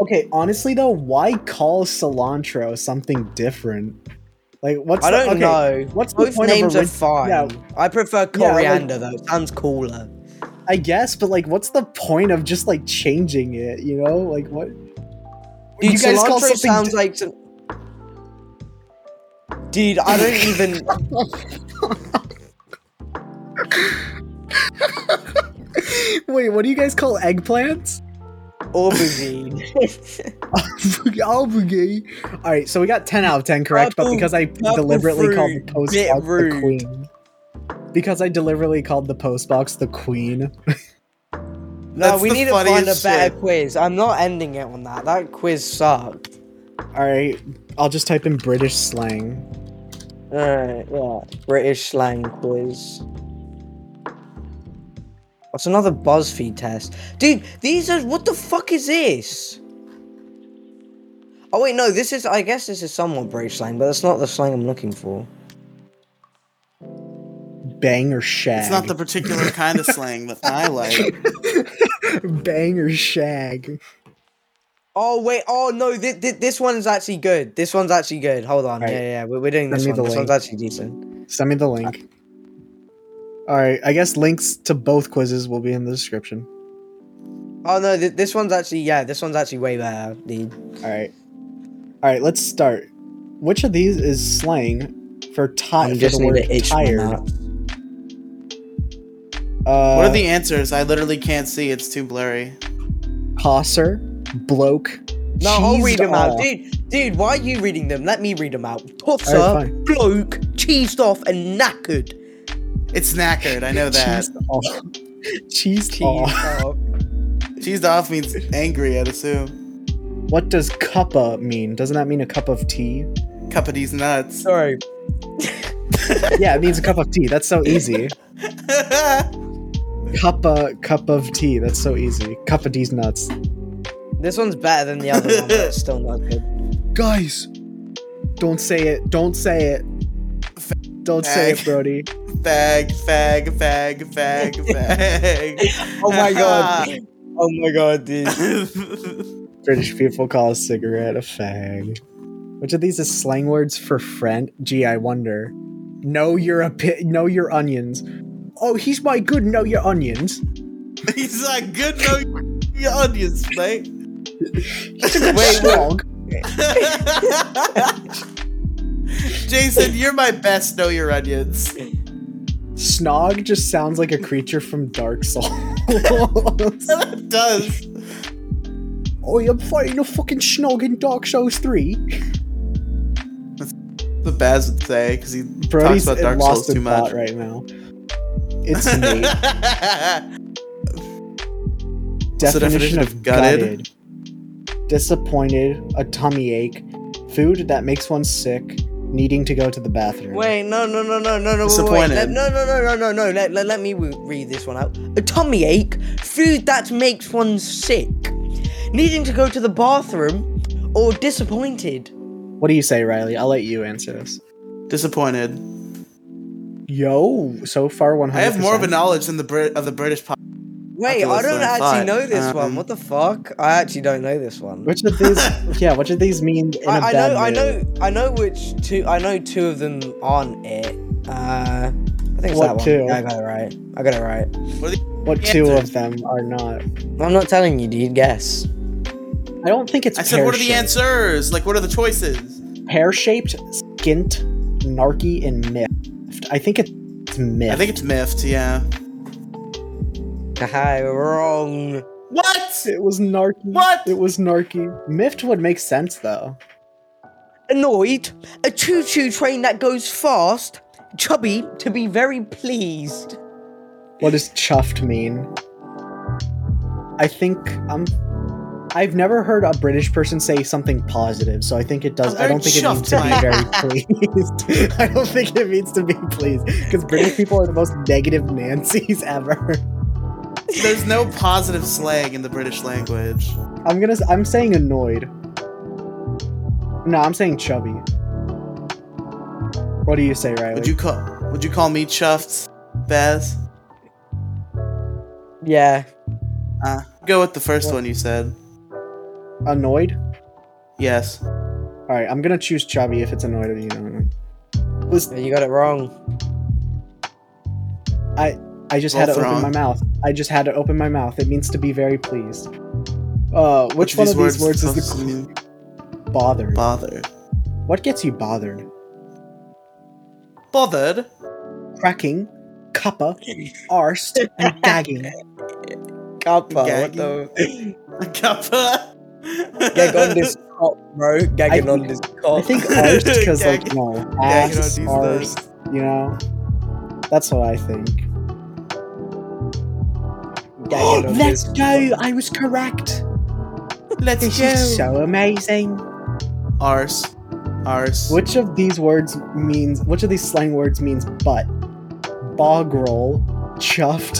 [SPEAKER 2] Okay, honestly though, why call cilantro something different? Like, what's
[SPEAKER 4] I
[SPEAKER 2] the-
[SPEAKER 4] don't
[SPEAKER 2] okay,
[SPEAKER 4] know.
[SPEAKER 2] What's the
[SPEAKER 4] Both
[SPEAKER 2] point
[SPEAKER 4] names
[SPEAKER 2] of
[SPEAKER 4] are
[SPEAKER 2] orig-
[SPEAKER 4] fine.
[SPEAKER 2] yeah.
[SPEAKER 4] I prefer
[SPEAKER 2] Yeah, like-
[SPEAKER 4] coriander though. Sounds cooler.
[SPEAKER 2] I guess, but like, what's the point of just like changing it? You know, like what?
[SPEAKER 4] Dude,
[SPEAKER 2] you guys call
[SPEAKER 4] cilantro
[SPEAKER 2] something
[SPEAKER 4] sounds like some. Dude, I don't even.
[SPEAKER 6] Wait, what do you guys call eggplants?
[SPEAKER 4] Aubergine.
[SPEAKER 2] Albugi. All right, so we got ten out of ten correct, but
[SPEAKER 4] Purple-
[SPEAKER 2] because I
[SPEAKER 4] purple
[SPEAKER 2] deliberately called the
[SPEAKER 4] fruit,
[SPEAKER 2] post
[SPEAKER 4] bit
[SPEAKER 2] box the
[SPEAKER 4] rude.
[SPEAKER 2] queen. Because I deliberately called the post box the queen.
[SPEAKER 4] no,
[SPEAKER 3] That's
[SPEAKER 4] we
[SPEAKER 3] the
[SPEAKER 4] need to find a
[SPEAKER 3] funniest
[SPEAKER 4] better
[SPEAKER 3] shit.
[SPEAKER 4] quiz. I'm not ending it on that. That quiz sucked.
[SPEAKER 2] All right, I'll just type in British slang.
[SPEAKER 4] Alright, yeah. British slang quiz. What's another BuzzFeed test? Dude, these are. What the fuck is this? Oh, wait, no, this is. I guess this is somewhat British slang, but that's not the slang I'm looking for.
[SPEAKER 2] Bang or shag.
[SPEAKER 3] it's not the particular kind of slang that I like.
[SPEAKER 2] bang or shag.
[SPEAKER 4] Oh, wait. Oh, no, th- th- this one's actually good. This one's actually good. Hold on.
[SPEAKER 2] Alright.
[SPEAKER 4] Yeah, yeah, yeah. We're, we're doing
[SPEAKER 2] Send
[SPEAKER 4] this
[SPEAKER 2] me
[SPEAKER 4] one.
[SPEAKER 2] the
[SPEAKER 4] This one's
[SPEAKER 2] link.
[SPEAKER 4] actually decent.
[SPEAKER 2] Send me the link. All right, I guess links to both quizzes will be in the description.
[SPEAKER 4] Oh, no, th- this one's actually. Yeah, this one's actually way better, dude.
[SPEAKER 2] All right, all right, let's start. Which of these is slang for
[SPEAKER 4] I'm
[SPEAKER 2] tired? For
[SPEAKER 4] just
[SPEAKER 2] the
[SPEAKER 4] need
[SPEAKER 2] word
[SPEAKER 4] to itch my
[SPEAKER 2] tired.
[SPEAKER 4] mouth.
[SPEAKER 2] Uh,
[SPEAKER 3] what are the answers? I literally can't see. It's too blurry.
[SPEAKER 2] Cosser, bloke.
[SPEAKER 4] No, I'll
[SPEAKER 2] cheesed
[SPEAKER 4] read them
[SPEAKER 2] off.
[SPEAKER 4] out, dude. Dude, why are you reading them? Let me read them out. Tosser,
[SPEAKER 2] All right, fine.
[SPEAKER 4] bloke, cheesed off, and knackered.
[SPEAKER 3] It's knackered. I know that.
[SPEAKER 2] Cheesed off. Cheesed
[SPEAKER 4] Cheesed
[SPEAKER 2] off.
[SPEAKER 4] off.
[SPEAKER 3] Cheesed off means angry, I'd assume.
[SPEAKER 2] What does cuppa mean? Doesn't that mean a cup of tea?
[SPEAKER 3] Cup of these nuts.
[SPEAKER 4] Sorry.
[SPEAKER 2] yeah, it means a cup of tea. That's so easy. Cuppa, cup of tea. That's so easy. Cup of these nuts.
[SPEAKER 4] This one's better than the other one, but it's still not good.
[SPEAKER 2] Guys, don't say it. Don't say it. Don't say it,
[SPEAKER 3] Fag.
[SPEAKER 2] Brody.
[SPEAKER 3] fag, fag, fag, fag, fag.
[SPEAKER 4] Oh my god. oh my god, dude.
[SPEAKER 2] British people call a cigarette a fag. Which of these is slang words for friend? Gee, I wonder. Know your opi- know your onions. Oh, he's my good know your onions.
[SPEAKER 3] He's like, good no your onions, mate.
[SPEAKER 2] Wait, dog.
[SPEAKER 3] Jason, you're my best know your onions.
[SPEAKER 2] Snog just sounds like a creature from Dark Souls.
[SPEAKER 3] It does.
[SPEAKER 2] oh, I'm fighting a fucking snog in Dark Souls 3.
[SPEAKER 3] The Baz would say, because he
[SPEAKER 2] Brody's
[SPEAKER 3] talks about Dark
[SPEAKER 2] lost
[SPEAKER 3] Souls too
[SPEAKER 2] in thought
[SPEAKER 3] much.
[SPEAKER 2] right now. It's Nate.
[SPEAKER 3] What's the definition of gutted?
[SPEAKER 2] Disappointed, a tummy ache, food that makes one sick, needing to go to the bathroom.
[SPEAKER 4] Wait, no, no, no, no, no, no, wait, wait,
[SPEAKER 3] Disappointed.
[SPEAKER 4] let- No, no, no, no, no, no. Let, let, let me re- read this one out. A tummy ache, food that makes one sick, needing to go to the bathroom, or disappointed.
[SPEAKER 2] What do you say, Riley? I'll let you answer this.
[SPEAKER 3] Disappointed.
[SPEAKER 2] Yo, so far 100
[SPEAKER 3] I have more of a knowledge than the Brit of the British. Po-
[SPEAKER 4] Wait, I
[SPEAKER 3] Oculus
[SPEAKER 4] don't
[SPEAKER 3] than I
[SPEAKER 4] actually
[SPEAKER 3] thought.
[SPEAKER 4] know this
[SPEAKER 3] Um,
[SPEAKER 4] one. What the fuck? I actually don't know this one.
[SPEAKER 2] Which of these? yeah, which of these mean in a
[SPEAKER 4] I, I
[SPEAKER 2] bad
[SPEAKER 4] know, I
[SPEAKER 2] mood?
[SPEAKER 4] know, I know which two. I know two of them aren't it. Uh, I think it's
[SPEAKER 2] What
[SPEAKER 4] that one.
[SPEAKER 2] two?
[SPEAKER 4] Yeah, I got it right. I got it right.
[SPEAKER 2] What two of them are not?
[SPEAKER 4] I'm not telling you, dude. Guess.
[SPEAKER 2] I don't think it's.
[SPEAKER 3] I said, what are the
[SPEAKER 2] pear-shaped.
[SPEAKER 3] answers? Like, what are the choices?
[SPEAKER 2] Pear-shaped, skint, narky, and miffed. I think it's miffed.
[SPEAKER 3] I think it's miffed. Yeah.
[SPEAKER 4] Haha, wrong.
[SPEAKER 3] What?
[SPEAKER 2] It was narky.
[SPEAKER 3] What?
[SPEAKER 2] It was narky. Miffed would make sense though.
[SPEAKER 4] Annoyed. A choo-choo train that goes fast. Chubby to be very pleased.
[SPEAKER 2] What does chuffed mean? I think I'm um, I've never heard a British person say something positive, so I think it does.
[SPEAKER 3] I'm
[SPEAKER 2] I don't
[SPEAKER 3] very
[SPEAKER 2] think it means to
[SPEAKER 3] chuffed,
[SPEAKER 2] be very pleased. I don't think it means to be pleased because British people are the most negative Nancys ever.
[SPEAKER 3] There's no positive slang in the British language.
[SPEAKER 2] I'm gonna. s- I'm saying annoyed. No, I'm saying chubby. What do you say, Riley?
[SPEAKER 3] Would you call Would you call me chuffed, Bez?
[SPEAKER 4] Yeah.
[SPEAKER 3] Uh, go with the first one you said.
[SPEAKER 2] annoyed?
[SPEAKER 3] Yes.
[SPEAKER 2] All right, I'm gonna choose chubby if it's annoyed or you know.
[SPEAKER 4] You got it wrong.
[SPEAKER 2] I just had
[SPEAKER 3] Both
[SPEAKER 2] to
[SPEAKER 3] wrong.
[SPEAKER 2] open my mouth. I just had to open my mouth. It means to be very pleased. Uh, which,
[SPEAKER 3] Which
[SPEAKER 2] one of these words is
[SPEAKER 3] does
[SPEAKER 2] the
[SPEAKER 3] mean
[SPEAKER 2] bothered?
[SPEAKER 3] bothered?
[SPEAKER 2] what gets you bothered?
[SPEAKER 3] Bothered.
[SPEAKER 2] Cracking, cuppa, arsed, and gagging.
[SPEAKER 4] Kappa. What
[SPEAKER 3] Gagging.
[SPEAKER 4] the?
[SPEAKER 3] Kappa.
[SPEAKER 4] Gag on this cop, bro. Gagging
[SPEAKER 2] I-
[SPEAKER 4] on this
[SPEAKER 2] I
[SPEAKER 4] cop.
[SPEAKER 2] think arsed because like you know ass, arsed, you know. That's what I think.
[SPEAKER 3] Oh,
[SPEAKER 4] Gagging on this
[SPEAKER 2] go! I was correct.
[SPEAKER 3] Let's
[SPEAKER 2] This
[SPEAKER 3] go.
[SPEAKER 2] is so amazing.
[SPEAKER 3] Arse. Arse.
[SPEAKER 2] Which of these words means? Which of these slang words means butt? Bog roll, chuffed,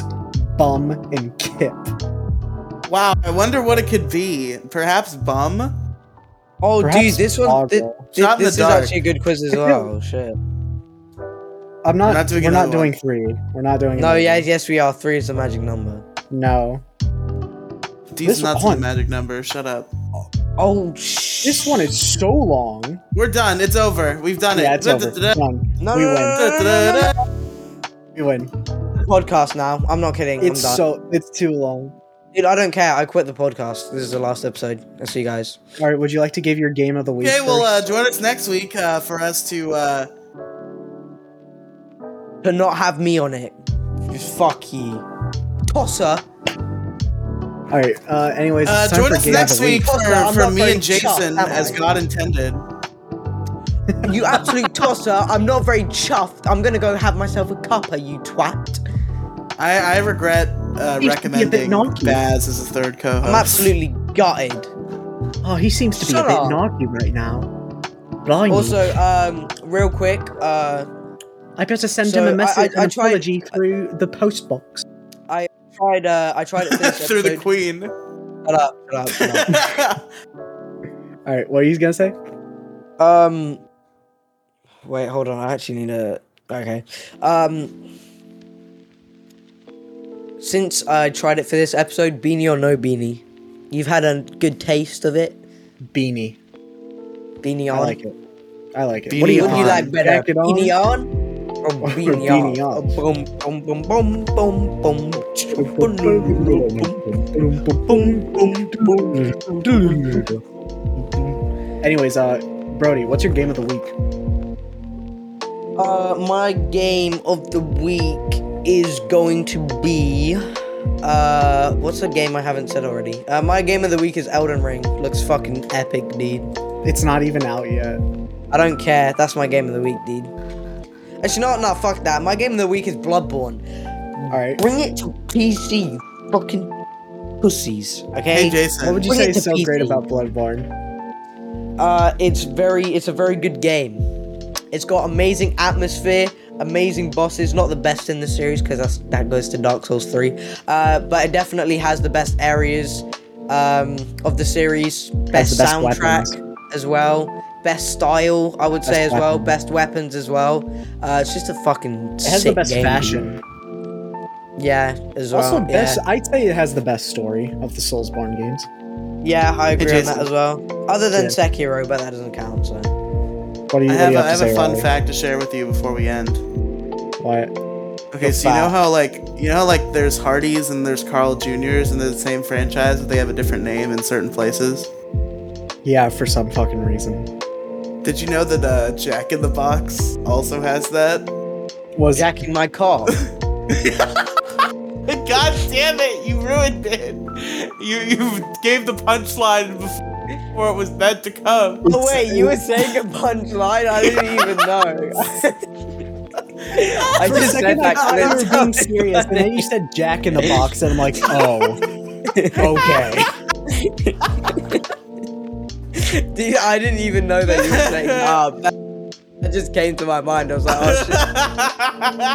[SPEAKER 2] bum, and kip.
[SPEAKER 4] Oh,
[SPEAKER 3] Wow, I wonder what it could be. Perhaps bum?
[SPEAKER 4] Oh,
[SPEAKER 2] Perhaps
[SPEAKER 4] dude, this
[SPEAKER 2] bog
[SPEAKER 4] one. Thi-
[SPEAKER 2] roll.
[SPEAKER 4] thi-
[SPEAKER 3] Shot in the
[SPEAKER 4] this is
[SPEAKER 3] dark.
[SPEAKER 4] actually a good quiz as
[SPEAKER 2] If you-
[SPEAKER 4] well. Shit.
[SPEAKER 2] I'm not.
[SPEAKER 3] We're not doing
[SPEAKER 2] We're not
[SPEAKER 3] another one.
[SPEAKER 2] doing three. We're not doing.
[SPEAKER 4] No,
[SPEAKER 2] another
[SPEAKER 4] yeah,
[SPEAKER 2] one.
[SPEAKER 4] yes, we are. Three is the magic number.
[SPEAKER 2] No.
[SPEAKER 3] These
[SPEAKER 2] This
[SPEAKER 3] nuts are
[SPEAKER 2] one.
[SPEAKER 3] the magic number. Shut up.
[SPEAKER 4] Oh, shh.
[SPEAKER 2] This one is so long.
[SPEAKER 3] We're done. It's over. We've done
[SPEAKER 2] Yeah, it's
[SPEAKER 3] it.
[SPEAKER 2] over. Done.
[SPEAKER 4] No,
[SPEAKER 2] we win.
[SPEAKER 4] no, no, no, no, no, no, no.
[SPEAKER 2] We win.
[SPEAKER 4] Podcast now. I'm not kidding.
[SPEAKER 2] It's
[SPEAKER 4] I'm done.
[SPEAKER 2] so. It's too long.
[SPEAKER 4] Dude, I don't care. I quit the podcast. This is the last episode. I'll see you guys.
[SPEAKER 2] All right. Would you like to give your game of the week?
[SPEAKER 3] Okay, well,
[SPEAKER 2] first?
[SPEAKER 3] uh, join us next week uh, for us to. Uh,
[SPEAKER 4] To not have me on it. Fuck you. Tosser.
[SPEAKER 2] All right. Uh, anyways,
[SPEAKER 3] uh,
[SPEAKER 2] it's time
[SPEAKER 3] join
[SPEAKER 2] for
[SPEAKER 3] us
[SPEAKER 2] game of
[SPEAKER 3] next
[SPEAKER 2] the week.
[SPEAKER 3] week for,
[SPEAKER 4] Fuck that, I'm
[SPEAKER 3] for
[SPEAKER 4] not
[SPEAKER 3] me
[SPEAKER 4] very
[SPEAKER 3] and Jason,
[SPEAKER 4] chuffed, am
[SPEAKER 3] as
[SPEAKER 4] I?
[SPEAKER 3] God intended.
[SPEAKER 4] You absolute tosser. I'm not very chuffed. I'm gonna go have myself a cuppa, you twat.
[SPEAKER 3] I, I regret
[SPEAKER 2] Please be a
[SPEAKER 3] uh,
[SPEAKER 2] bit
[SPEAKER 3] recommending
[SPEAKER 2] naughty.
[SPEAKER 3] Baz as a third co host.
[SPEAKER 4] I'm absolutely gutted.
[SPEAKER 2] Oh, he seems to be
[SPEAKER 4] Shut
[SPEAKER 2] a bit
[SPEAKER 4] up.
[SPEAKER 2] naughty right now. Blimey.
[SPEAKER 4] Also, um, real quick, uh,
[SPEAKER 2] I better send
[SPEAKER 4] so
[SPEAKER 2] him
[SPEAKER 4] I-
[SPEAKER 2] a message,
[SPEAKER 4] I- I
[SPEAKER 2] an
[SPEAKER 4] tried-
[SPEAKER 2] apology through the postbox.
[SPEAKER 4] tried uh, I tried it this
[SPEAKER 3] Through the
[SPEAKER 4] episode.
[SPEAKER 3] queen.
[SPEAKER 4] Shut up, shut up, shut up.
[SPEAKER 2] All right. What are you gonna say?
[SPEAKER 4] Um, wait, hold on. I actually need a. Okay. Um, since I tried it for this episode, beanie or no beanie, you've had a good taste of it.
[SPEAKER 2] Beanie.
[SPEAKER 4] Beanie on.
[SPEAKER 2] I like it. I like it.
[SPEAKER 3] Beanie
[SPEAKER 2] what do you,
[SPEAKER 4] What do you
[SPEAKER 2] on?
[SPEAKER 4] like better,
[SPEAKER 2] Jacket on?
[SPEAKER 4] beanie on? Or beanie
[SPEAKER 2] beanie
[SPEAKER 4] on.
[SPEAKER 2] on.
[SPEAKER 4] Boom, boom, boom, boom, boom, boom, boom, boom, boom, boom, boom, boom, boom.
[SPEAKER 2] Anyways, uh, Brody, what's your game of the week?
[SPEAKER 4] Uh, my game of the week is going to be. Uh, what's the game I haven't said already? Uh, my game of the week is Elden Ring. Looks fucking epic, dude.
[SPEAKER 2] It's not even out yet.
[SPEAKER 4] I don't care. That's my game of the week, dude. Actually, no, no, fuck that. My game of the week is Bloodborne.
[SPEAKER 2] All right.
[SPEAKER 4] Bring it to PC, you fucking pussies. Okay.
[SPEAKER 3] hey, Jason.
[SPEAKER 2] What would you
[SPEAKER 4] Bring
[SPEAKER 2] say
[SPEAKER 4] it to
[SPEAKER 2] is so great
[SPEAKER 4] PC.
[SPEAKER 2] about Bloodborne?
[SPEAKER 4] Uh, it's very, it's a very good game. It's got amazing atmosphere, amazing bosses. Not the best in the series because that's that goes to Dark Souls three, uh, but it definitely has the best areas um, of the series. Best,
[SPEAKER 2] the best
[SPEAKER 4] soundtrack as well. Best style, I would say as well.
[SPEAKER 2] weapons.
[SPEAKER 4] Best weapons as well. Uh, it's just a fucking.
[SPEAKER 2] It has the
[SPEAKER 4] sick
[SPEAKER 2] best
[SPEAKER 4] game.
[SPEAKER 2] fashion.
[SPEAKER 4] Yeah, as well.
[SPEAKER 2] also,
[SPEAKER 4] yeah.
[SPEAKER 2] best. I'd say it has the best story of the Soulsborne games.
[SPEAKER 4] Yeah, I agree on
[SPEAKER 3] Jason.
[SPEAKER 4] that as well. Other than
[SPEAKER 2] Yeah.
[SPEAKER 4] Sekiro, but that doesn't count. So.
[SPEAKER 2] What do you,
[SPEAKER 3] I
[SPEAKER 2] what
[SPEAKER 3] have,
[SPEAKER 2] do you
[SPEAKER 3] a, I
[SPEAKER 2] have
[SPEAKER 3] have
[SPEAKER 2] to say?
[SPEAKER 3] a fun
[SPEAKER 2] Riley?
[SPEAKER 3] fact to share with you before we end.
[SPEAKER 2] What?
[SPEAKER 3] Okay,
[SPEAKER 4] Go
[SPEAKER 3] so you know
[SPEAKER 4] back.
[SPEAKER 3] how like you know how, like there's Hardee's and there's Carl Juniors and they're the same franchise, but they have a different name in certain places.
[SPEAKER 2] Yeah, for some fucking reason.
[SPEAKER 3] Did you know that uh, Jack in the Box also has that?
[SPEAKER 2] Was
[SPEAKER 4] Jack in my car.
[SPEAKER 3] God damn it! You ruined it. You you gave the punchline before it was meant to come.
[SPEAKER 4] Oh wait, you were saying a punchline? I didn't even know. I
[SPEAKER 2] for a
[SPEAKER 4] just said
[SPEAKER 2] second I
[SPEAKER 4] that.
[SPEAKER 2] thought you were being
[SPEAKER 4] comment.
[SPEAKER 2] serious, and then you said Jack in the Box, and I'm like, oh, okay.
[SPEAKER 4] Dude, I didn't even know that you were saying up. That, that just came to my mind. I was like, oh shit.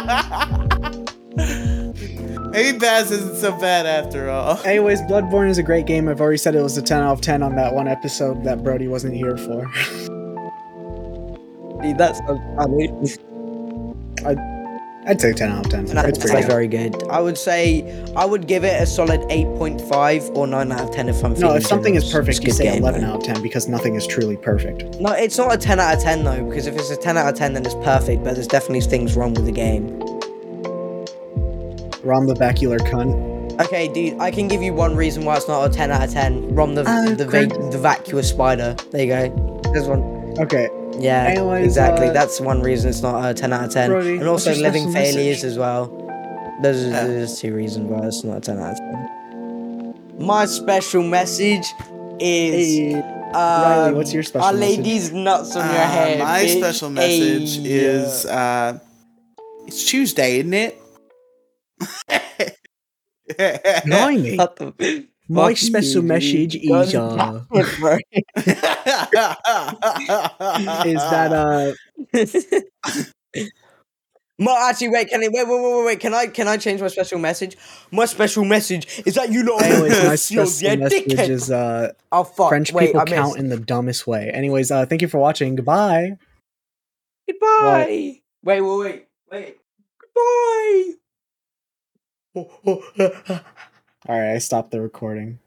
[SPEAKER 3] Maybe Baz isn't so bad after all.
[SPEAKER 2] Anyways, Bloodborne is a great game. I've already said it was a 10 out of 10 on that one episode that Brody wasn't here for.
[SPEAKER 4] Dude, that's so funny.
[SPEAKER 2] I'd say 10 out of 10. It's
[SPEAKER 4] That's
[SPEAKER 2] pretty
[SPEAKER 4] like
[SPEAKER 2] good.
[SPEAKER 4] very good. I would say I would give it a solid 8.5 or 9 out of 10 if I'm
[SPEAKER 2] No,
[SPEAKER 4] feeling
[SPEAKER 2] if something is
[SPEAKER 4] generous.
[SPEAKER 2] perfect,
[SPEAKER 4] It's
[SPEAKER 2] you
[SPEAKER 4] good
[SPEAKER 2] say
[SPEAKER 4] game,
[SPEAKER 2] 11
[SPEAKER 4] though.
[SPEAKER 2] out of 10 because nothing is truly perfect.
[SPEAKER 4] No, it's not a 10 out of 10 though, because if it's a 10 out of 10, then it's perfect, but there's definitely things wrong with the game.
[SPEAKER 2] Rom the vacular cunt.
[SPEAKER 4] Okay, dude, I can give you one reason why it's not a 10 out of 10. Rom the
[SPEAKER 2] Oh,
[SPEAKER 4] the, va-
[SPEAKER 2] great.
[SPEAKER 4] the vacuous spider. There you go. There's one.
[SPEAKER 2] Okay,
[SPEAKER 4] Yeah,
[SPEAKER 2] Anyways,
[SPEAKER 4] exactly.
[SPEAKER 2] uh,
[SPEAKER 4] That's one reason it's not a 10 out of 10.
[SPEAKER 2] Brody,
[SPEAKER 4] and also
[SPEAKER 2] let's just have
[SPEAKER 4] living
[SPEAKER 2] some
[SPEAKER 4] failures
[SPEAKER 2] message.
[SPEAKER 4] as well. Those are,
[SPEAKER 3] Yeah.
[SPEAKER 4] those are two reasons why it's not a 10 out of 10. My special message is.
[SPEAKER 2] Riley,
[SPEAKER 4] um,
[SPEAKER 2] what's your special
[SPEAKER 4] Our
[SPEAKER 2] message?
[SPEAKER 4] lady's nuts on your
[SPEAKER 3] Uh,
[SPEAKER 4] head.
[SPEAKER 3] my
[SPEAKER 4] bitch.
[SPEAKER 3] special message
[SPEAKER 4] Ayy.
[SPEAKER 3] is uh, it's Tuesday, isn't it?
[SPEAKER 2] Blimey.
[SPEAKER 4] What the-
[SPEAKER 2] My
[SPEAKER 4] Fuck
[SPEAKER 2] special
[SPEAKER 4] you,
[SPEAKER 2] message
[SPEAKER 4] dude.
[SPEAKER 2] is,
[SPEAKER 4] Don't
[SPEAKER 2] uh,
[SPEAKER 4] do it, bro.
[SPEAKER 2] is that uh
[SPEAKER 4] Well, actually, wait. Can I, wait, wait, wait, wait, wait. Can I can I change my special message? My special message is that you lot.
[SPEAKER 2] anyways my
[SPEAKER 4] you're
[SPEAKER 2] special message
[SPEAKER 4] dickhead.
[SPEAKER 2] is uh
[SPEAKER 4] oh fuck!
[SPEAKER 2] French
[SPEAKER 4] wait,
[SPEAKER 2] people
[SPEAKER 4] I missed.
[SPEAKER 2] count in the dumbest way. Anyways, uh thank you for watching. Goodbye.
[SPEAKER 4] Goodbye. Wait, wait, wait, wait. Goodbye.
[SPEAKER 2] Alright, I stopped the recording.